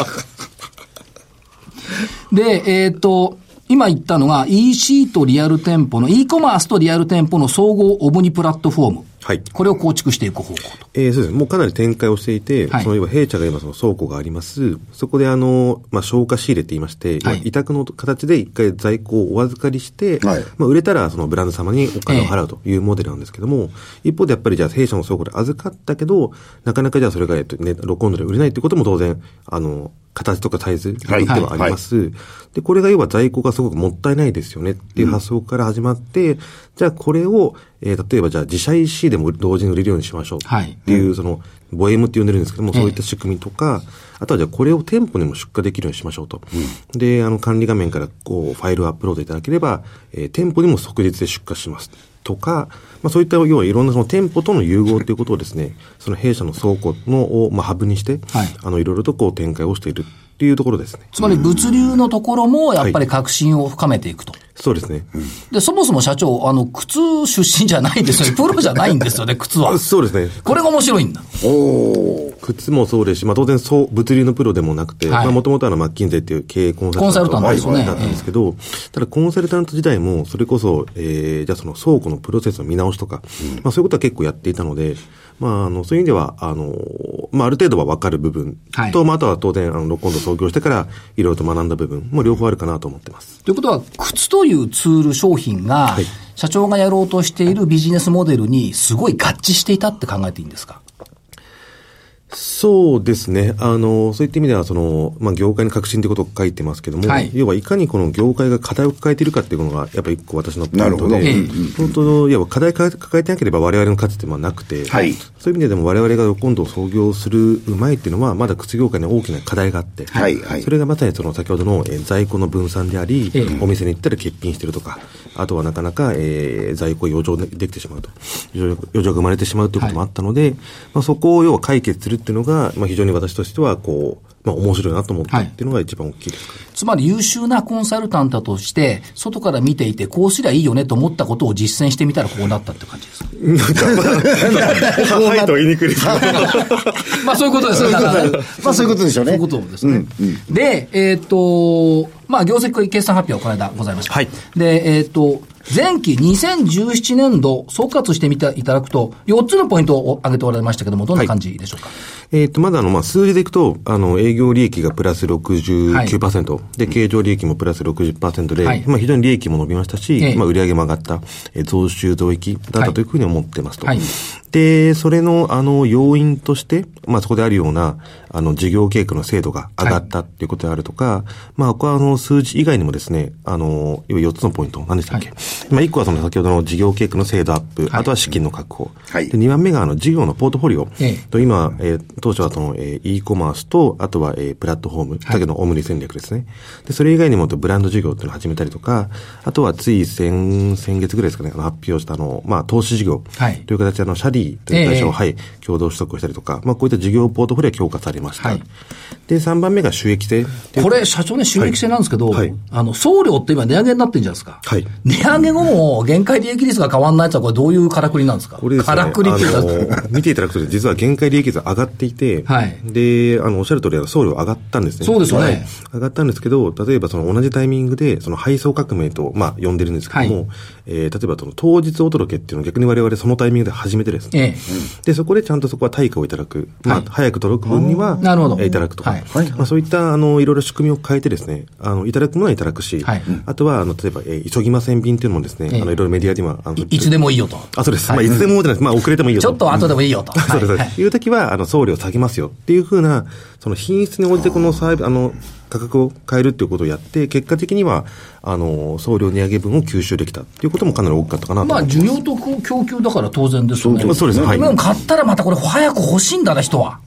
[SPEAKER 1] ら。で、えっ、と、今言ったのが EC とリアル店舗の、e コマースとリアル店舗の総合オブニプラットフォーム。
[SPEAKER 4] はい
[SPEAKER 1] これを構築していく方向と。
[SPEAKER 4] えーそうですね。もうかなり展開をしていて、
[SPEAKER 1] はい
[SPEAKER 4] そのいわば弊社が今その倉庫があります。そこであの、まあ、消化仕入れって言いまして、
[SPEAKER 1] はい
[SPEAKER 4] まあ委託の形で一回在庫をお預かりして、
[SPEAKER 3] はい
[SPEAKER 4] まあ、売れたらそのブランド様にお金を払うというモデルなんですけども、一方でやっぱりじゃあ弊社の倉庫で預かったけど、なかなかじゃあそれが、えっとね、ロコンドで売れないってことも当然、あの、形とかサイズによってはあります。で、これが要は在庫がすごくもったいないですよねっていう発想から始まって、じゃあこれを、えー例えばじゃあ自社 EC でも同時に売れるようにしましょう。
[SPEAKER 1] はい
[SPEAKER 4] っていう、その、ボエムって呼んでるんですけども、
[SPEAKER 1] ええ
[SPEAKER 4] そういった仕組みとか、あとはじゃあこれを店舗にも出荷できるようにしましょうと。で、あの、管理画面からこう、ファイルをアップロードいただければ、えー店舗にも即日で出荷します。とか、まあそういった、要はいろんなその店舗との融合ということをですね、その弊社の倉庫のを、まあハブにして、
[SPEAKER 1] はい
[SPEAKER 4] あの、いろいろとこう展開をしているっていうところですね。
[SPEAKER 1] つまり物流のところもやっぱり革新を深めていくと。
[SPEAKER 4] そうですね。
[SPEAKER 1] で、そもそも社長、あの、靴出身じゃないです よね。プロじゃないんですよね、靴は
[SPEAKER 4] あ。そうですね。
[SPEAKER 1] これが面白いんだ。
[SPEAKER 4] 靴もそうですし、まあ、当然そう、物流のプロでもなくて、
[SPEAKER 1] はい
[SPEAKER 4] まあ、もともとあの、マッキンゼっていう経営コンサルタント。
[SPEAKER 1] コンサルタントですよね
[SPEAKER 4] だったんですけど、ただコンサルタント時代も、それこそ、えー、じゃあその倉庫のプロセスの見直しとか、まあ、そういうことは結構やっていたので、まあ、あの、そういう意味では、あの、まあ、ある程度は分かる部分と、
[SPEAKER 1] はい
[SPEAKER 4] まあ、あとは当然、あの、今度創業してから、いろいろと学んだ部分も両方あるかなと思ってます。
[SPEAKER 1] ということは、靴というツール商品が
[SPEAKER 4] はい、
[SPEAKER 1] 社長がやろうとしているビジネスモデルにすごい合致していたって考えていいんですか
[SPEAKER 4] そうですね。あの、そういった意味では、その、まあ、業界の革新ということを書いてますけども、
[SPEAKER 1] はい
[SPEAKER 4] 要はいかにこの業界が課題を抱えているかっていうのが、やっぱり一個私のポイント
[SPEAKER 3] なるほど
[SPEAKER 4] で、
[SPEAKER 1] ええ
[SPEAKER 4] 本当、要は課題か抱えてなければ我々の価値ってまあなくて、
[SPEAKER 3] はい
[SPEAKER 4] そういう意味ででも我々が今度創業する前っていうのは、まだ靴業界に大きな課題があって、
[SPEAKER 3] はいはい
[SPEAKER 4] それがまさにその先ほどの、えー在庫の分散であり、
[SPEAKER 1] ええ
[SPEAKER 4] お店に行ったら欠品してるとか、あとはなかなか、えー在庫余剰でできてしまうと、余剰余剰が生まれてしまうということもあったので、まあ、そこを要は解決するっていうのが、まあ、非常に私としては、こう、まあ、面白いなと思ったっていうのが一番大きいですかね、
[SPEAKER 1] つまり優秀なコンサルタントとして、外から見ていて、こうすりゃいいよねと思ったことを実践してみたらこうなったって感じですか
[SPEAKER 4] はい、と言いにくいです
[SPEAKER 1] まあそういうことですね。だから
[SPEAKER 3] まあそういうことでしょうね。
[SPEAKER 1] そういうことですね。で、えっ、と、まあ、業績決算発表、この間ございました。
[SPEAKER 4] はい
[SPEAKER 1] で、えっ、と、前期2017年度総括してみていただくと、4つのポイントを挙げておられましたけども、どんな感じでしょうか。
[SPEAKER 4] えっ、と、まだあの、まあ、数字でいくと、あの、営業利益がプラス69%、で、経常利益もプラス60%で、
[SPEAKER 1] はい
[SPEAKER 4] まあ非常に利益も伸びましたし、
[SPEAKER 1] ええ
[SPEAKER 4] まあ売上も上がった、えー増収増益だっ
[SPEAKER 1] は
[SPEAKER 4] た
[SPEAKER 1] い
[SPEAKER 4] というふうに思ってますと。
[SPEAKER 1] はい
[SPEAKER 4] で、それの、あの、要因として、まあそこであるような、あの、事業計画の精度が上がったっていうことであるとか、まあ、ここはあの、数字以外にもですね、あの、要は4つのポイント、何でしたっけ、
[SPEAKER 1] は
[SPEAKER 4] まあ1個はその先ほどの事業計画の精度アップ、
[SPEAKER 1] はい
[SPEAKER 4] あとは資金の確保。
[SPEAKER 3] はい
[SPEAKER 4] で、2番目があの、事業のポートフォリオ。
[SPEAKER 1] ええ
[SPEAKER 4] と今、えー当初はその、えー e コマースと、あとは、えープラットフォーム、先ほどのオムニ戦略ですね。で、それ以外にもブランド事業っていうのを始めたりとか、あとはつい先、先月ぐらいですかね、あの発表したあの、まあ、投資事業
[SPEAKER 1] はい
[SPEAKER 4] という形で、あの、シャリーという会
[SPEAKER 1] え
[SPEAKER 4] 社
[SPEAKER 1] え
[SPEAKER 4] を、はい、共同取得をしたりとか、まあ、こういった事業ポートフォリオが強化されました。
[SPEAKER 1] はい
[SPEAKER 4] で、3番目が収益性っていう。
[SPEAKER 1] これ、社長ね、収益性なんですけど、
[SPEAKER 4] はいはい
[SPEAKER 1] あの、送料って今値上げになってるんじゃないですか。
[SPEAKER 4] はい
[SPEAKER 1] 値上げ後も、限界利益率が変わんないやつは、これどういうからくりなんですか
[SPEAKER 4] これですね、
[SPEAKER 1] からくりっていうか
[SPEAKER 4] あの見ていただくと、実は限界利益率上がっていて、
[SPEAKER 1] はい
[SPEAKER 4] で、あの、おっしゃる通り、送料上がったんですね。
[SPEAKER 1] そうですよね
[SPEAKER 4] はい上がったんですけど、例えばその同じタイミングで、その配送革命と、まあ、呼んでるんですけども、
[SPEAKER 1] はい
[SPEAKER 4] えー例えばその当日お届けっていうのを逆に我々そのタイミングで始めてですね、
[SPEAKER 1] ええ
[SPEAKER 4] で、そこでちゃんとそこは対価をいただく。まあ、
[SPEAKER 1] はい
[SPEAKER 4] 早く届く分には、
[SPEAKER 1] なるほど
[SPEAKER 4] えーいただくとか。
[SPEAKER 1] はい
[SPEAKER 4] まあ、そういった、あの、いろいろ仕組みを変えてですね、あの、いただくものはいただくし、
[SPEAKER 1] はい
[SPEAKER 4] あとは、あの、例えば、えー急ぎません便っていうのもですね、
[SPEAKER 1] ええ
[SPEAKER 4] あの、いろいろメディアで今、あの、
[SPEAKER 1] いいつでもいいよと。
[SPEAKER 4] あ、そうです。
[SPEAKER 1] はい
[SPEAKER 4] まあ、いつでもじゃないです。まあ、遅れてもいいよ
[SPEAKER 1] ちょっと後でもいいよと。
[SPEAKER 4] あ そうです、そう
[SPEAKER 1] は
[SPEAKER 4] で
[SPEAKER 1] い
[SPEAKER 4] す。いう時は、あの、送料下げますよっていうふうな、その品質に応じてこのサービス、あの、価格を変えるっていうことをやって、結果的には、あの、送料値上げ分を吸収できたっていうこともかなり大きかったかなと
[SPEAKER 1] ま
[SPEAKER 4] 思い
[SPEAKER 1] あ、
[SPEAKER 4] ます。
[SPEAKER 1] 需要と供給だから当然ですよね。
[SPEAKER 4] まあそうです。はい。
[SPEAKER 1] でも買ったらまたこれ早く欲しいんだな、人 は。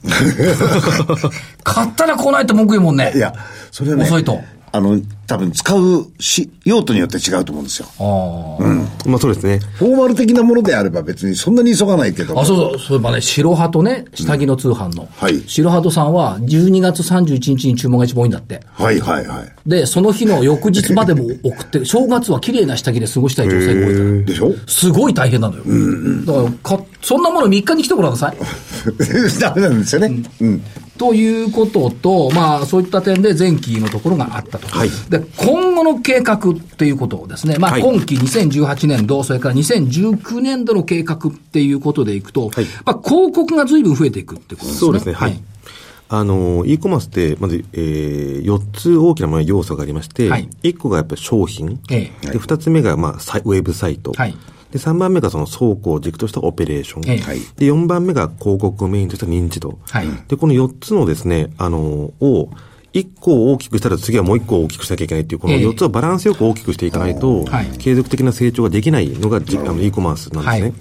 [SPEAKER 1] 買ったら来ないと文句言うもんね。
[SPEAKER 3] いや、それはね、
[SPEAKER 1] 遅いと。
[SPEAKER 3] あの、多分使うし、用途によって違うと思うんですよ。
[SPEAKER 1] あー
[SPEAKER 4] まあ、そうですね。
[SPEAKER 3] フォーマル的なものであれば別にそんなに急がないけど。
[SPEAKER 1] あ、そうそう、そういえばね、白鳩とね、下着の通販の。
[SPEAKER 3] はい
[SPEAKER 1] 白鳩さんは12月31日に注文が一番多いんだって。
[SPEAKER 3] はいはいはい。
[SPEAKER 1] で、その日の翌日までも送って る。正月は綺麗な下着で過ごしたい女性が多いから。
[SPEAKER 3] でしょ
[SPEAKER 1] すごい大変なのよ。だからか、そんなもの3日に来てごらんなさい。
[SPEAKER 3] ダメなんですよね。うん。
[SPEAKER 1] ということと、まあ、そういった点で前期のところがあったと、
[SPEAKER 4] はい
[SPEAKER 1] で今後の計画っていうことをですね、まあ、
[SPEAKER 4] はい
[SPEAKER 1] 今期2018年度、それから2019年度の計画っていうことでいくと、
[SPEAKER 4] はい
[SPEAKER 1] まあ、広告が随分増えていくってことですね。
[SPEAKER 4] そうですね、はい。あの、e コマースって、まず、えー、4つ大きなまあ要素がありまして、
[SPEAKER 1] はい
[SPEAKER 4] 1個がやっぱり商品、
[SPEAKER 1] ええ
[SPEAKER 4] で2つ目が、まあ、サイウェブサイト、
[SPEAKER 1] はい
[SPEAKER 4] で3番目がその倉庫を軸としたオペレーション、
[SPEAKER 1] ええ
[SPEAKER 3] はい
[SPEAKER 4] で4番目が広告をメインとした認知度、
[SPEAKER 1] はい
[SPEAKER 4] でこの4つのですね、あのを1個を大きくしたら次はもう1個を大きくしなきゃいけないっていう、この
[SPEAKER 1] ええ
[SPEAKER 4] 4つをバランスよく大きくしていかないと、
[SPEAKER 1] はい
[SPEAKER 4] 継続的な成長ができないのがじ、あの、e コマースなんですね。
[SPEAKER 1] はい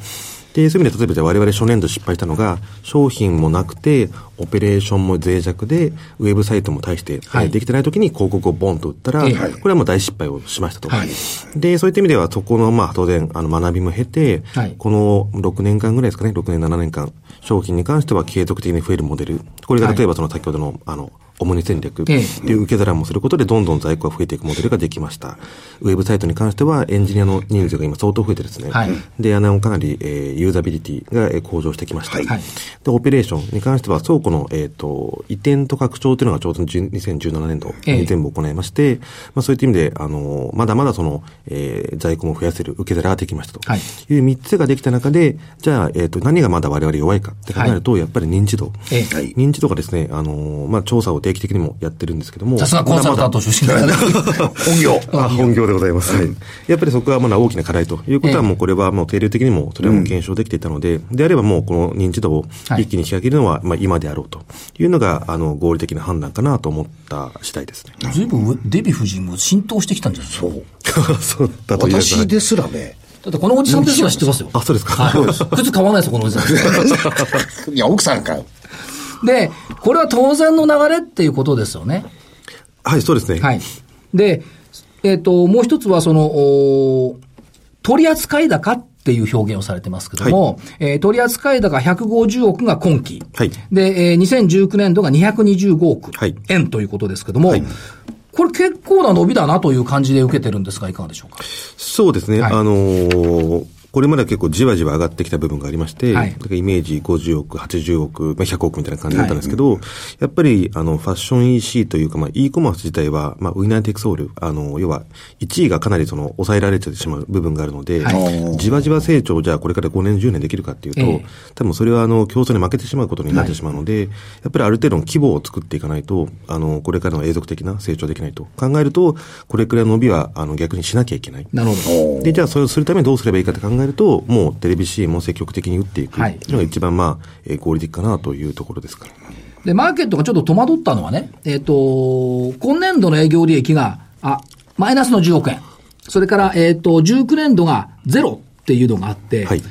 [SPEAKER 4] で、そういう意味で、例えばじゃあ我々初年度失敗したのが、商品もなくて、オペレーションも脆弱で、ウェブサイトも対して、
[SPEAKER 1] はい
[SPEAKER 4] えーできてない時に広告をボンと打ったら、
[SPEAKER 1] ええ
[SPEAKER 4] これはもう大失敗をしましたと。
[SPEAKER 1] はい
[SPEAKER 4] で、そういった意味では、そこの、まあ、当然、あの、学びも経て、
[SPEAKER 1] はい
[SPEAKER 4] この6年間ぐらいですかね、6年、7年間、商品に関しては継続的に増えるモデル。これが
[SPEAKER 1] はい
[SPEAKER 4] 例えばその先ほどの、あの、オムニ戦略って
[SPEAKER 1] ええ
[SPEAKER 4] いう受け皿もすることで、どんどん在庫が増えていくモデルができました。ウェブサイトに関しては、エンジニアの人数が今相当増えてですね、
[SPEAKER 1] はい
[SPEAKER 4] で、あの、かなり、えーユーザビリティがえー向上してきました。
[SPEAKER 3] はい
[SPEAKER 1] はい
[SPEAKER 4] で、オペレーションに関しては、倉庫の、えっ、と、移転と拡張というのがちょうど10 2017年度
[SPEAKER 1] ええ
[SPEAKER 4] に全部行いまして、まあそういった意味で、あの、まだまだその、えー在庫も増やせる受け皿ができましたと。
[SPEAKER 1] はい
[SPEAKER 4] いう3つができた中で、じゃあ、えっ、と、何がまだ我々弱いかって考えると、やっぱり認知度。
[SPEAKER 1] ええ
[SPEAKER 3] はい
[SPEAKER 4] 認知度がですね、あの、まあ調査を定期的にもやってるんですけども。
[SPEAKER 1] さすがコンサルタント出身だね。
[SPEAKER 3] 本業。
[SPEAKER 4] あ本業でございます、はいやっぱりそこはまだ大きな課題ということ
[SPEAKER 1] ええ
[SPEAKER 4] は、もうこれはもう定量的にもそれはもう検証できていたので、であればもうこの認知度を
[SPEAKER 1] はい
[SPEAKER 4] 一気に引き上げるのは、まあ今であろうというのが、あの、合理的な判断かなと思った次第ですね。
[SPEAKER 1] ずいぶんデヴィ夫人も浸透してきたんじゃないですか。
[SPEAKER 3] そう。
[SPEAKER 4] そうだというか
[SPEAKER 3] 私ですらね、
[SPEAKER 1] だってこのおじさんですら知ってますよ。
[SPEAKER 4] あ、そうですか。
[SPEAKER 1] はい、靴買わないですよ、このおじさん。
[SPEAKER 3] いや、奥さんから。
[SPEAKER 1] で、これは当然の流れっていうことですよね。
[SPEAKER 4] はい、そうですね。
[SPEAKER 1] はい。で、えっ、と、もう一つは、その、おー取扱高っていう表現をされてますけども、えー取扱高150億が今期。
[SPEAKER 4] はい
[SPEAKER 1] で、えー2019年度が225億
[SPEAKER 4] はい
[SPEAKER 1] 円ということですけども、これ結構な伸びだなという感じで受けてるんですが、いかがでしょうか。
[SPEAKER 4] そうですね。
[SPEAKER 1] はい
[SPEAKER 4] あのーこれまでは結構じわじわ上がってきた部分がありまして、
[SPEAKER 1] はい
[SPEAKER 4] だからイメージ50億、80億、まあ、100億みたいな感じだったんですけど、やっぱり、あの、ファッション EC というか、まあ、e コマース自体は、まあ、ウィナーテイクソール、あの、要は、1位がかなりその、抑えられてしまう部分があるので、じわじわ成長をじゃあこれから5年、10年できるかっていうと、
[SPEAKER 1] ええ
[SPEAKER 4] 多分それは、あの、競争に負けてしまうことになってしまうので、やっぱりある程度の規模を作っていかないと、あの、これからの永続的な成長できないと考えると、これくらいの伸びは、あの、逆にしなきゃいけない。
[SPEAKER 1] なるほど。
[SPEAKER 4] で、じゃあそれをするためにどうすればいいかって考えると、もうテレビ CM を積極的に打っていく
[SPEAKER 1] はい
[SPEAKER 4] っていうのが一番まあ、えー合理的かなというところですから。
[SPEAKER 1] で、マーケットがちょっと戸惑ったのはね、えっ、と、今年度の営業利益が、あ、マイナスの10億円。それから、えっ、と、19年度がゼロっていうのがあって、
[SPEAKER 4] はい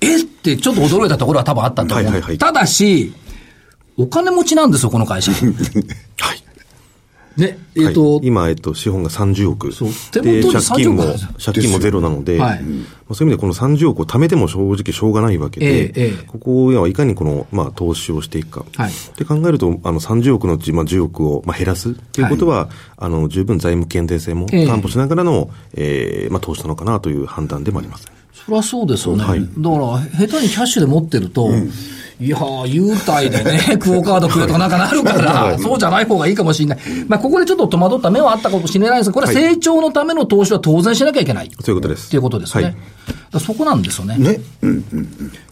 [SPEAKER 1] えってちょっと驚いたところは多分あったんだと思う。
[SPEAKER 4] はいはいはい
[SPEAKER 1] ただし、お金持ちなんですよ、この 会社。
[SPEAKER 4] はい。
[SPEAKER 1] ね、えっ、と、
[SPEAKER 4] はい今、えっと、資本が30億。
[SPEAKER 1] そう手元に
[SPEAKER 4] で、借金
[SPEAKER 1] 30億
[SPEAKER 4] も
[SPEAKER 1] あるじゃん、
[SPEAKER 4] 借金もゼロなので、
[SPEAKER 1] はい
[SPEAKER 4] うんまあそういう意味でこの30億を貯めても正直しょうがないわけ
[SPEAKER 1] ええ
[SPEAKER 4] で、
[SPEAKER 1] ええ
[SPEAKER 4] ここはいかにこの、まあ、投資をしていくか。
[SPEAKER 1] はい
[SPEAKER 4] で考えると、あの、30億のうち、まあ、10億を、まあ、減らすっていうことは、あの、十分財務健全性も
[SPEAKER 1] ええ
[SPEAKER 4] 担保しながらの、ええまあ、投資なのかなという判断でもあります。
[SPEAKER 1] そりゃそうですよね。
[SPEAKER 4] はい
[SPEAKER 1] だから、下手にキャッシュで持ってると、いやー、優待でね、 クオカードくれとかなんかなるから、そうじゃない方がいいかもしれない。まあ、ここでちょっと戸惑った目はあったかもしれないですが、これは成長のための投資は当然しなきゃいけない。
[SPEAKER 4] そういうことです。
[SPEAKER 1] っていうことですね。
[SPEAKER 4] はい
[SPEAKER 1] だからそこなんですよね。
[SPEAKER 3] ね。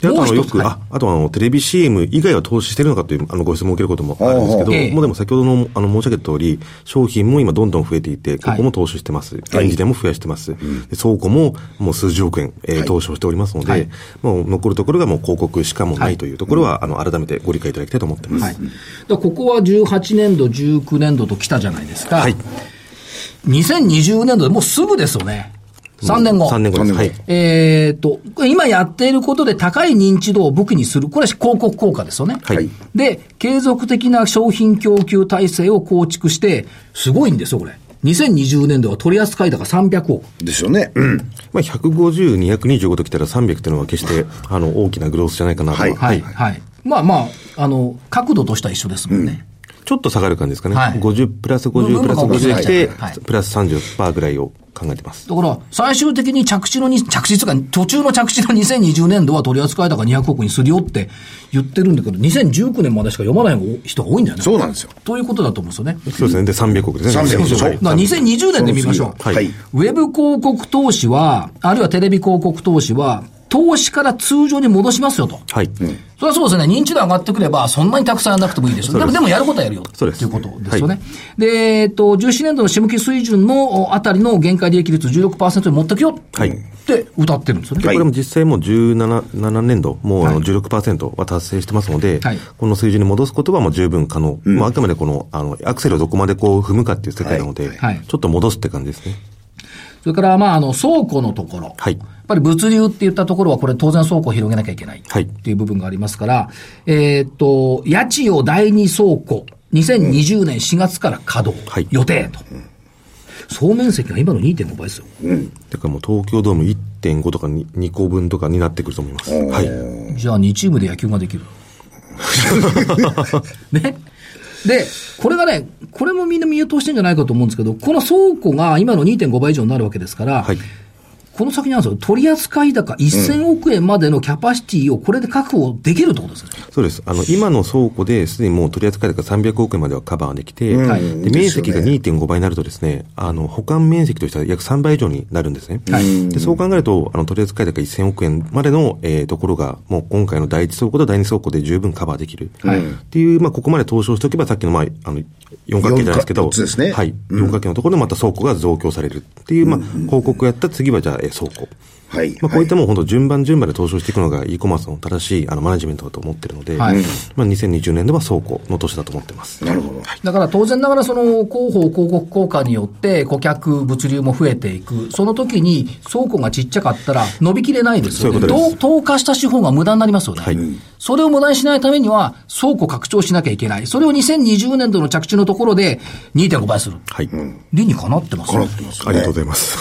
[SPEAKER 4] であと
[SPEAKER 1] もう
[SPEAKER 4] あの
[SPEAKER 1] 一
[SPEAKER 4] よ
[SPEAKER 1] つ
[SPEAKER 4] く、ああとあの、テレビ CM 以外は投資してるのかというあのご質問を受けることもあるんですけど、
[SPEAKER 1] ああええ
[SPEAKER 4] もうでも先ほどのあの申し上げた通り、商品も今どんどん増えていて、ここも投資してます。
[SPEAKER 3] い
[SPEAKER 4] 演じでも増やしてます。で倉庫ももう数十億円、えー投資をしておりますので、
[SPEAKER 1] はい
[SPEAKER 4] もう残るところがもう広告しかも
[SPEAKER 1] は
[SPEAKER 4] ないいというところは、あの、改めてご理解いただきたいと思ってます。
[SPEAKER 1] はい。だからここは18年度、19年度と来たじゃないですか。
[SPEAKER 4] はい
[SPEAKER 1] 2020年度でもうすぐですよね。3年後。
[SPEAKER 4] 3年後です。はい。
[SPEAKER 1] えっ、と、これ今やっていることで高い認知度を武器にする。これは広告効果ですよね。
[SPEAKER 4] はい
[SPEAKER 1] で、継続的な商品供給体制を構築して、すごいんですよ、これ。2020年度は取扱高300億。
[SPEAKER 3] ですよね。うん。
[SPEAKER 4] まあ、150、225ときたら300というのは決して、あの、大きなグロースじゃないかなとは。
[SPEAKER 3] はい
[SPEAKER 1] はい、はい。まあまあ、あの、角度としては一緒ですもんね。
[SPEAKER 4] ちょっと下がる感じですかね。
[SPEAKER 1] はい
[SPEAKER 4] 50プラ
[SPEAKER 1] ど
[SPEAKER 4] ス
[SPEAKER 1] んど
[SPEAKER 4] 50
[SPEAKER 1] ん
[SPEAKER 4] プラス50できて
[SPEAKER 1] はい、
[SPEAKER 4] プラス30%パーぐらいを考えてます。
[SPEAKER 1] だから、最終的に着地のに、着地というか、途中の着地の2020年度は取扱高200億にするよって言ってるんだけど、2019年までしか読まない人が多いんだよね。
[SPEAKER 3] そうなんですよ。
[SPEAKER 1] ということだと思うんですよね。
[SPEAKER 4] そうですね。で、300億ですね。
[SPEAKER 3] 300億でしょ
[SPEAKER 4] はい
[SPEAKER 1] だから2020年で見ましょう。
[SPEAKER 3] はい。
[SPEAKER 4] はい
[SPEAKER 1] ウェブ広告投資は、あるいはテレビ広告投資は、投資から通常に戻しますよと。
[SPEAKER 4] はい。
[SPEAKER 1] それはそうですよね。認知度上がってくれば、そんなにたくさんやらなくてもいいでしょ。でも、でもやることはやるよ。
[SPEAKER 4] そうです
[SPEAKER 1] ということですよね。で、えっと、17年度の仕向き水準のおあたりの限界利益率16%に持ってきよう。
[SPEAKER 4] はい
[SPEAKER 1] って歌ってるんですよね。
[SPEAKER 4] でこれも実際もう17 7年度、もうあの16%は達成してますので、
[SPEAKER 1] はい
[SPEAKER 4] この水準に戻すことはもう十分可能。まあ、あくまでこの、あの、アクセルをどこまでこう踏むかっていう世界なので、
[SPEAKER 1] いはい
[SPEAKER 4] ちょっと戻すって感じですね。
[SPEAKER 1] それから、まあ、あの、倉庫のところ。
[SPEAKER 4] はい
[SPEAKER 1] やっぱり物流って言ったところは、これ当然倉庫を広げなきゃいけない。
[SPEAKER 4] はい
[SPEAKER 1] っていう部分がありますから、えーっと、家賃を第二倉庫、2020年4月から稼働。
[SPEAKER 4] はい
[SPEAKER 1] 予定と。総面積が今の2.5倍ですよ。
[SPEAKER 4] だからもう東京ドーム1.5とか 2, 2個分とかになってくると思います。はい。
[SPEAKER 1] じゃあ2チームで野球がで きる。ね。で、これがね、これもみんな見落としてんじゃないかと思うんですけど、この倉庫が今の2.5倍以上になるわけですから、
[SPEAKER 4] はい。
[SPEAKER 1] この先にあるんですよ、取扱高1000億円までのキャパシティをこれで確保できるってことですね。
[SPEAKER 4] そうです。あの、今の倉庫で、すでにもう取り扱い高300億円まではカバーできて、
[SPEAKER 1] はい
[SPEAKER 4] で面積が2.5倍になるとですね、あの、保管面積としては約3倍以上になるんですね。
[SPEAKER 1] はい
[SPEAKER 4] で、そう考えると、あの、取り扱い高1000億円までの、えーところが、もう今回の第一倉庫と第二倉庫で十分カバーできる。
[SPEAKER 1] はい
[SPEAKER 4] っていう、まあ、ここまで投資をしておけば、さっきの、まあ、あの、4角形じゃないです
[SPEAKER 3] 四
[SPEAKER 4] けど、
[SPEAKER 3] 角形ですね
[SPEAKER 4] はい。4角形のところでまた倉庫が増強されるっていう、まあ、広告をやった次は、じゃあ、えー倉庫。
[SPEAKER 3] はい。
[SPEAKER 4] まあ、こういったもう本当順番順番で投資をしていくのが e コマースの正しいあのマネジメントだと思ってるので、
[SPEAKER 1] はい
[SPEAKER 4] まあ、2020年度は倉庫の年だと思ってます。
[SPEAKER 3] なるほど。
[SPEAKER 1] だから当然ながらその広報広告効果によって顧客物流も増えていく。その時に倉庫がちっちゃかったら伸びきれないですよね。
[SPEAKER 4] そういうことです
[SPEAKER 1] 投投下した資本が無駄になりますよね。
[SPEAKER 4] はい
[SPEAKER 1] それを無駄にしないためには倉庫拡張しなきゃいけない。それを2020年度の着地のところで2.5倍する。
[SPEAKER 4] はい。
[SPEAKER 1] 理にかなってます
[SPEAKER 3] か
[SPEAKER 1] よ
[SPEAKER 3] な
[SPEAKER 1] ね
[SPEAKER 3] ってますね
[SPEAKER 4] ありがとうございます。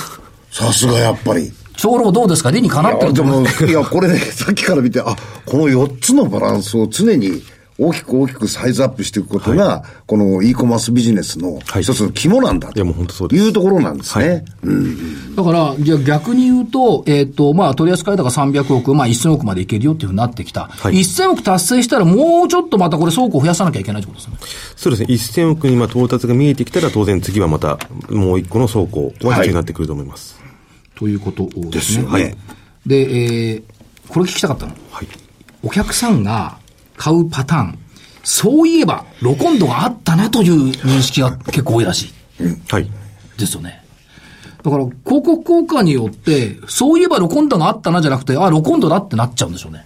[SPEAKER 3] さすがやっぱり。
[SPEAKER 1] 長老どうですか理にか
[SPEAKER 3] い
[SPEAKER 1] なって
[SPEAKER 3] や、
[SPEAKER 1] る
[SPEAKER 3] で
[SPEAKER 1] と 思います
[SPEAKER 3] も、いや、これね、さっきから見て、あ、この4つのバランスを常に大きく大きくサイズアップしていくことが、この e コマースビジネスの
[SPEAKER 4] はい
[SPEAKER 3] 一つの肝なんだ
[SPEAKER 4] い
[SPEAKER 3] と
[SPEAKER 4] やもう本当そうです
[SPEAKER 3] いうところなんですね。うん、
[SPEAKER 1] だから、じゃあ逆に言うと、えっ、と、まあ、取扱高300億、まあ、1000億までいけるよっていうふうになってきた。
[SPEAKER 4] い
[SPEAKER 1] 1000億達成したら、もうちょっとまたこれ倉庫を増やさなきゃいけないってことですね。
[SPEAKER 4] そうですね。1000億にまあ到達が見えてきたら、当然次はまた、もう一個の走行は必要になってくると思います。
[SPEAKER 1] ということですね。
[SPEAKER 3] ですよね
[SPEAKER 1] で、えーこれ聞きたかったの。
[SPEAKER 4] はい。
[SPEAKER 1] お客さんが買うパターン。そういえば、ロコンドがあったなという認識が結構多いらしい。
[SPEAKER 4] はい。
[SPEAKER 1] ですよね。だから、広告効果によって、そういえばロコンドがあったなじゃなくて、あ、ロコンドだってなっちゃうんでしょうね。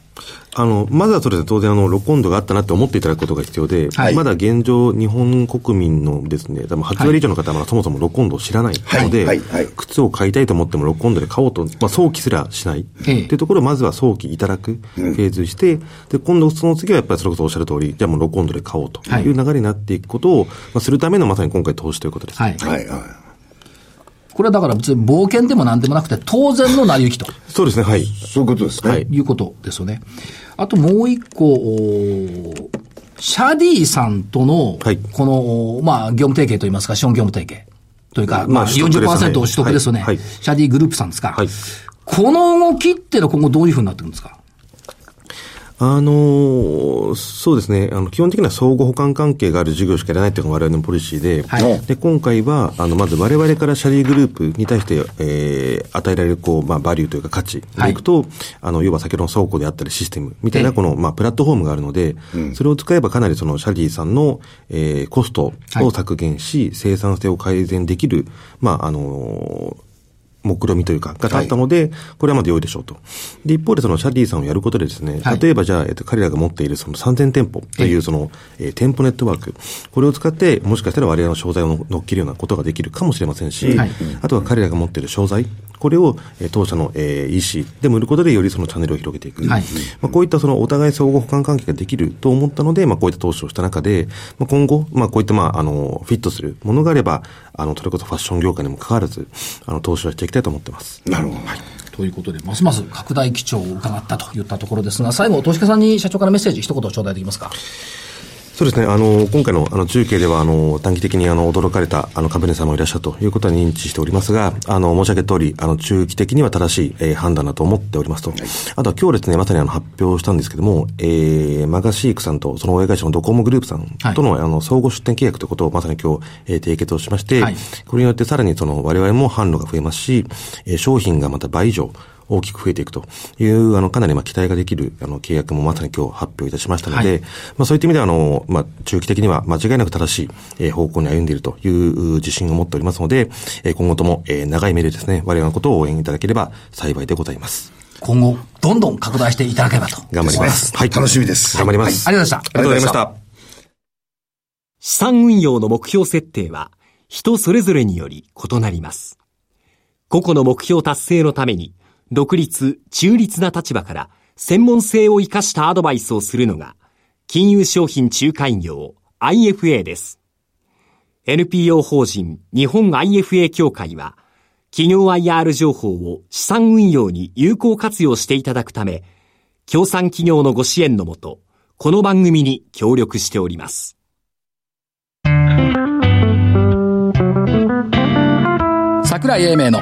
[SPEAKER 4] あの、まずはそれで当然、あの、ロコンドがあったなって思っていただくことが必要で、
[SPEAKER 1] はい
[SPEAKER 4] まだ現状、日本国民のですね、多分8割以上の方はまだそもそもロコンドを知らないので、
[SPEAKER 3] はいはいはい
[SPEAKER 4] 靴を買いたいと思ってもロコンドで買おうと、まあ、早期すらしないって
[SPEAKER 1] ええ
[SPEAKER 4] いうところをまずは早期いただくフェーズして、で、今度その次はやっぱりそれこそおっしゃる通り、じゃあもうロコンドで買おうと
[SPEAKER 1] はい
[SPEAKER 4] いう流れになっていくことを、まあ、するためのまさに今回投資ということです。
[SPEAKER 1] はい。
[SPEAKER 3] はいはい。
[SPEAKER 1] これはだから別に冒険でも何でもなくて、当然の成り行きと
[SPEAKER 4] そうですね、はい。
[SPEAKER 3] そういうことですね。
[SPEAKER 4] はい
[SPEAKER 1] いうことですよね。あともう一個、おーシャディさんとの
[SPEAKER 4] はい、
[SPEAKER 1] この、おーまあ、業務提携といいますか、資本業務提携というか、ま
[SPEAKER 4] まあ
[SPEAKER 1] あ、
[SPEAKER 4] 取得ですね
[SPEAKER 1] 40%取得ですよね。
[SPEAKER 4] はいはい
[SPEAKER 1] シャディグループさんですか。
[SPEAKER 4] はい
[SPEAKER 1] この動きっていうのは今後どういうふうになってくるんですか
[SPEAKER 4] あのーそうですね、あの基本的には相互補完関係がある事業しかやらないというのが我々のポリシーで、
[SPEAKER 1] はい
[SPEAKER 4] で今回はあのまず我々からシャリーグループに対して、えー与えられるこう、まあ、バリューというか価値でいくと、あの要は先ほどの倉庫であったりシステムみたい
[SPEAKER 1] ええ
[SPEAKER 4] なこの、まあ、プラットフォームがあるので、それを使えばかなりそのシャリーさんの、えーコストを削減し、生産性を改善できる、まああのー目論見というか、が立ったので、これはまだ良いでしょうと。で、一方でそのシャディさんをやることでですね、
[SPEAKER 1] はい
[SPEAKER 4] 例えばじゃあ、えっと、彼らが持っているその3000店舗とい
[SPEAKER 1] ええ
[SPEAKER 4] うその、えー店舗ネットワーク、これを使って、もしかしたら我々の商材をの乗っけるようなことができるかもしれませんし、
[SPEAKER 1] はい
[SPEAKER 4] あとは彼らが持っている商材、これを、えー当社の、えー EC でも売ることでよりそのチャンネルを広げていく。
[SPEAKER 1] はい
[SPEAKER 4] まあ、こういったそのお互い相互補完関係ができると思ったので、まあ、こういった投資をした中で、まあ、今後、まあ、こういった、まあ、あの、フィットするものがあれば、あの、それこそファッション業界にも関わらず、あの、投資をしていきたいと思ってます。
[SPEAKER 3] なるほど。
[SPEAKER 1] ということで、ますます拡大基調を伺ったといったところですが、最後、投資家さんに社長からメッセージ一言頂戴できますか
[SPEAKER 4] そうですね。あの、今回のあの中継では、あの、短期的にあの、驚かれた、あの、株主さんもいらっしゃるということは認知しておりますが、あの、申し上げた通り、あの、中期的には正しい、えー判断だと思っておりますと。あとは今日ですね、まさにあの、発表したんですけども、えー、マガシークさんと、その親会社のドコモグループさんとの、あの、相互出店契約ということをまさに今日、えー締結をしまして、
[SPEAKER 1] はい
[SPEAKER 4] これによってさらにその、我々も販路が増えますし、えー商品がまた倍以上、大きく増えていくという、あの、かなりまあ期待ができる、あの、契約もまさに今日発表いたしましたので、
[SPEAKER 1] はい
[SPEAKER 4] まあそういった意味では、あの、まあ、中期的には間違いなく正しい、えー方向に歩んでいるというう自信を持っておりますので、えー今後とも、えー長い目でですね、我々のことを応援いただければ幸いでございます。
[SPEAKER 1] 今後、どんどん拡大していただければと。
[SPEAKER 4] 頑張ります。
[SPEAKER 3] はい、楽しみです。
[SPEAKER 4] 頑張ります。
[SPEAKER 1] ありがとうございました。
[SPEAKER 4] ありがとうございました。
[SPEAKER 5] 資産運用の目標設定は人それぞれにより異なります。個々の目標達成のために独立、中立な立場から専門性を生かしたアドバイスをするのが金融商品仲介業 IFA です。NPO 法人日本 IFA 協会は企業 IR 情報を資産運用に有効活用していただくため、協賛企業のご支援のもと、この番組に協力しております。
[SPEAKER 1] 桜井英明の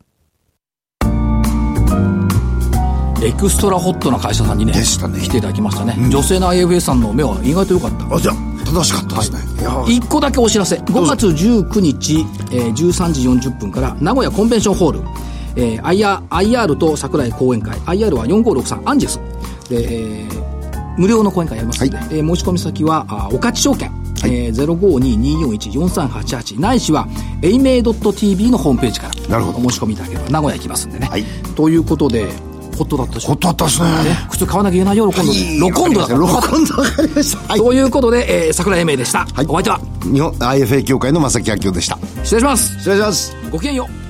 [SPEAKER 1] エクストラホットな会社さんにね
[SPEAKER 3] でしたね
[SPEAKER 1] 来ていただきましたね、女性の IFA さんの目は意外と良かった
[SPEAKER 3] あ、じゃあ、正しかったですね。いや
[SPEAKER 1] 1個だけお知らせ5月19日、えー13時40分から名古屋コンベンションホール、えー IR, IR と桜井講演会 IR は4563アンジェスで、えー無料の講演会やりますので、
[SPEAKER 3] はい
[SPEAKER 1] えー申し込み先はあおかち証券、えー052-241-4388ないしは a m a .tv のホームページから
[SPEAKER 3] なるほど
[SPEAKER 1] お申し込みいただければ名古屋行きますんでね、
[SPEAKER 3] はい
[SPEAKER 1] ということでホットだったでしょ
[SPEAKER 3] ほっとあったですね。
[SPEAKER 1] 靴買わなきゃいけないよロコンドでロコンドだから
[SPEAKER 3] ロコンドわかりました。はい
[SPEAKER 1] ということで、えー、桜井英明でした、お相手は
[SPEAKER 3] 日本 IFA 協会の正木明夫でした
[SPEAKER 1] 失礼します
[SPEAKER 3] 失礼します
[SPEAKER 1] ごきげんよう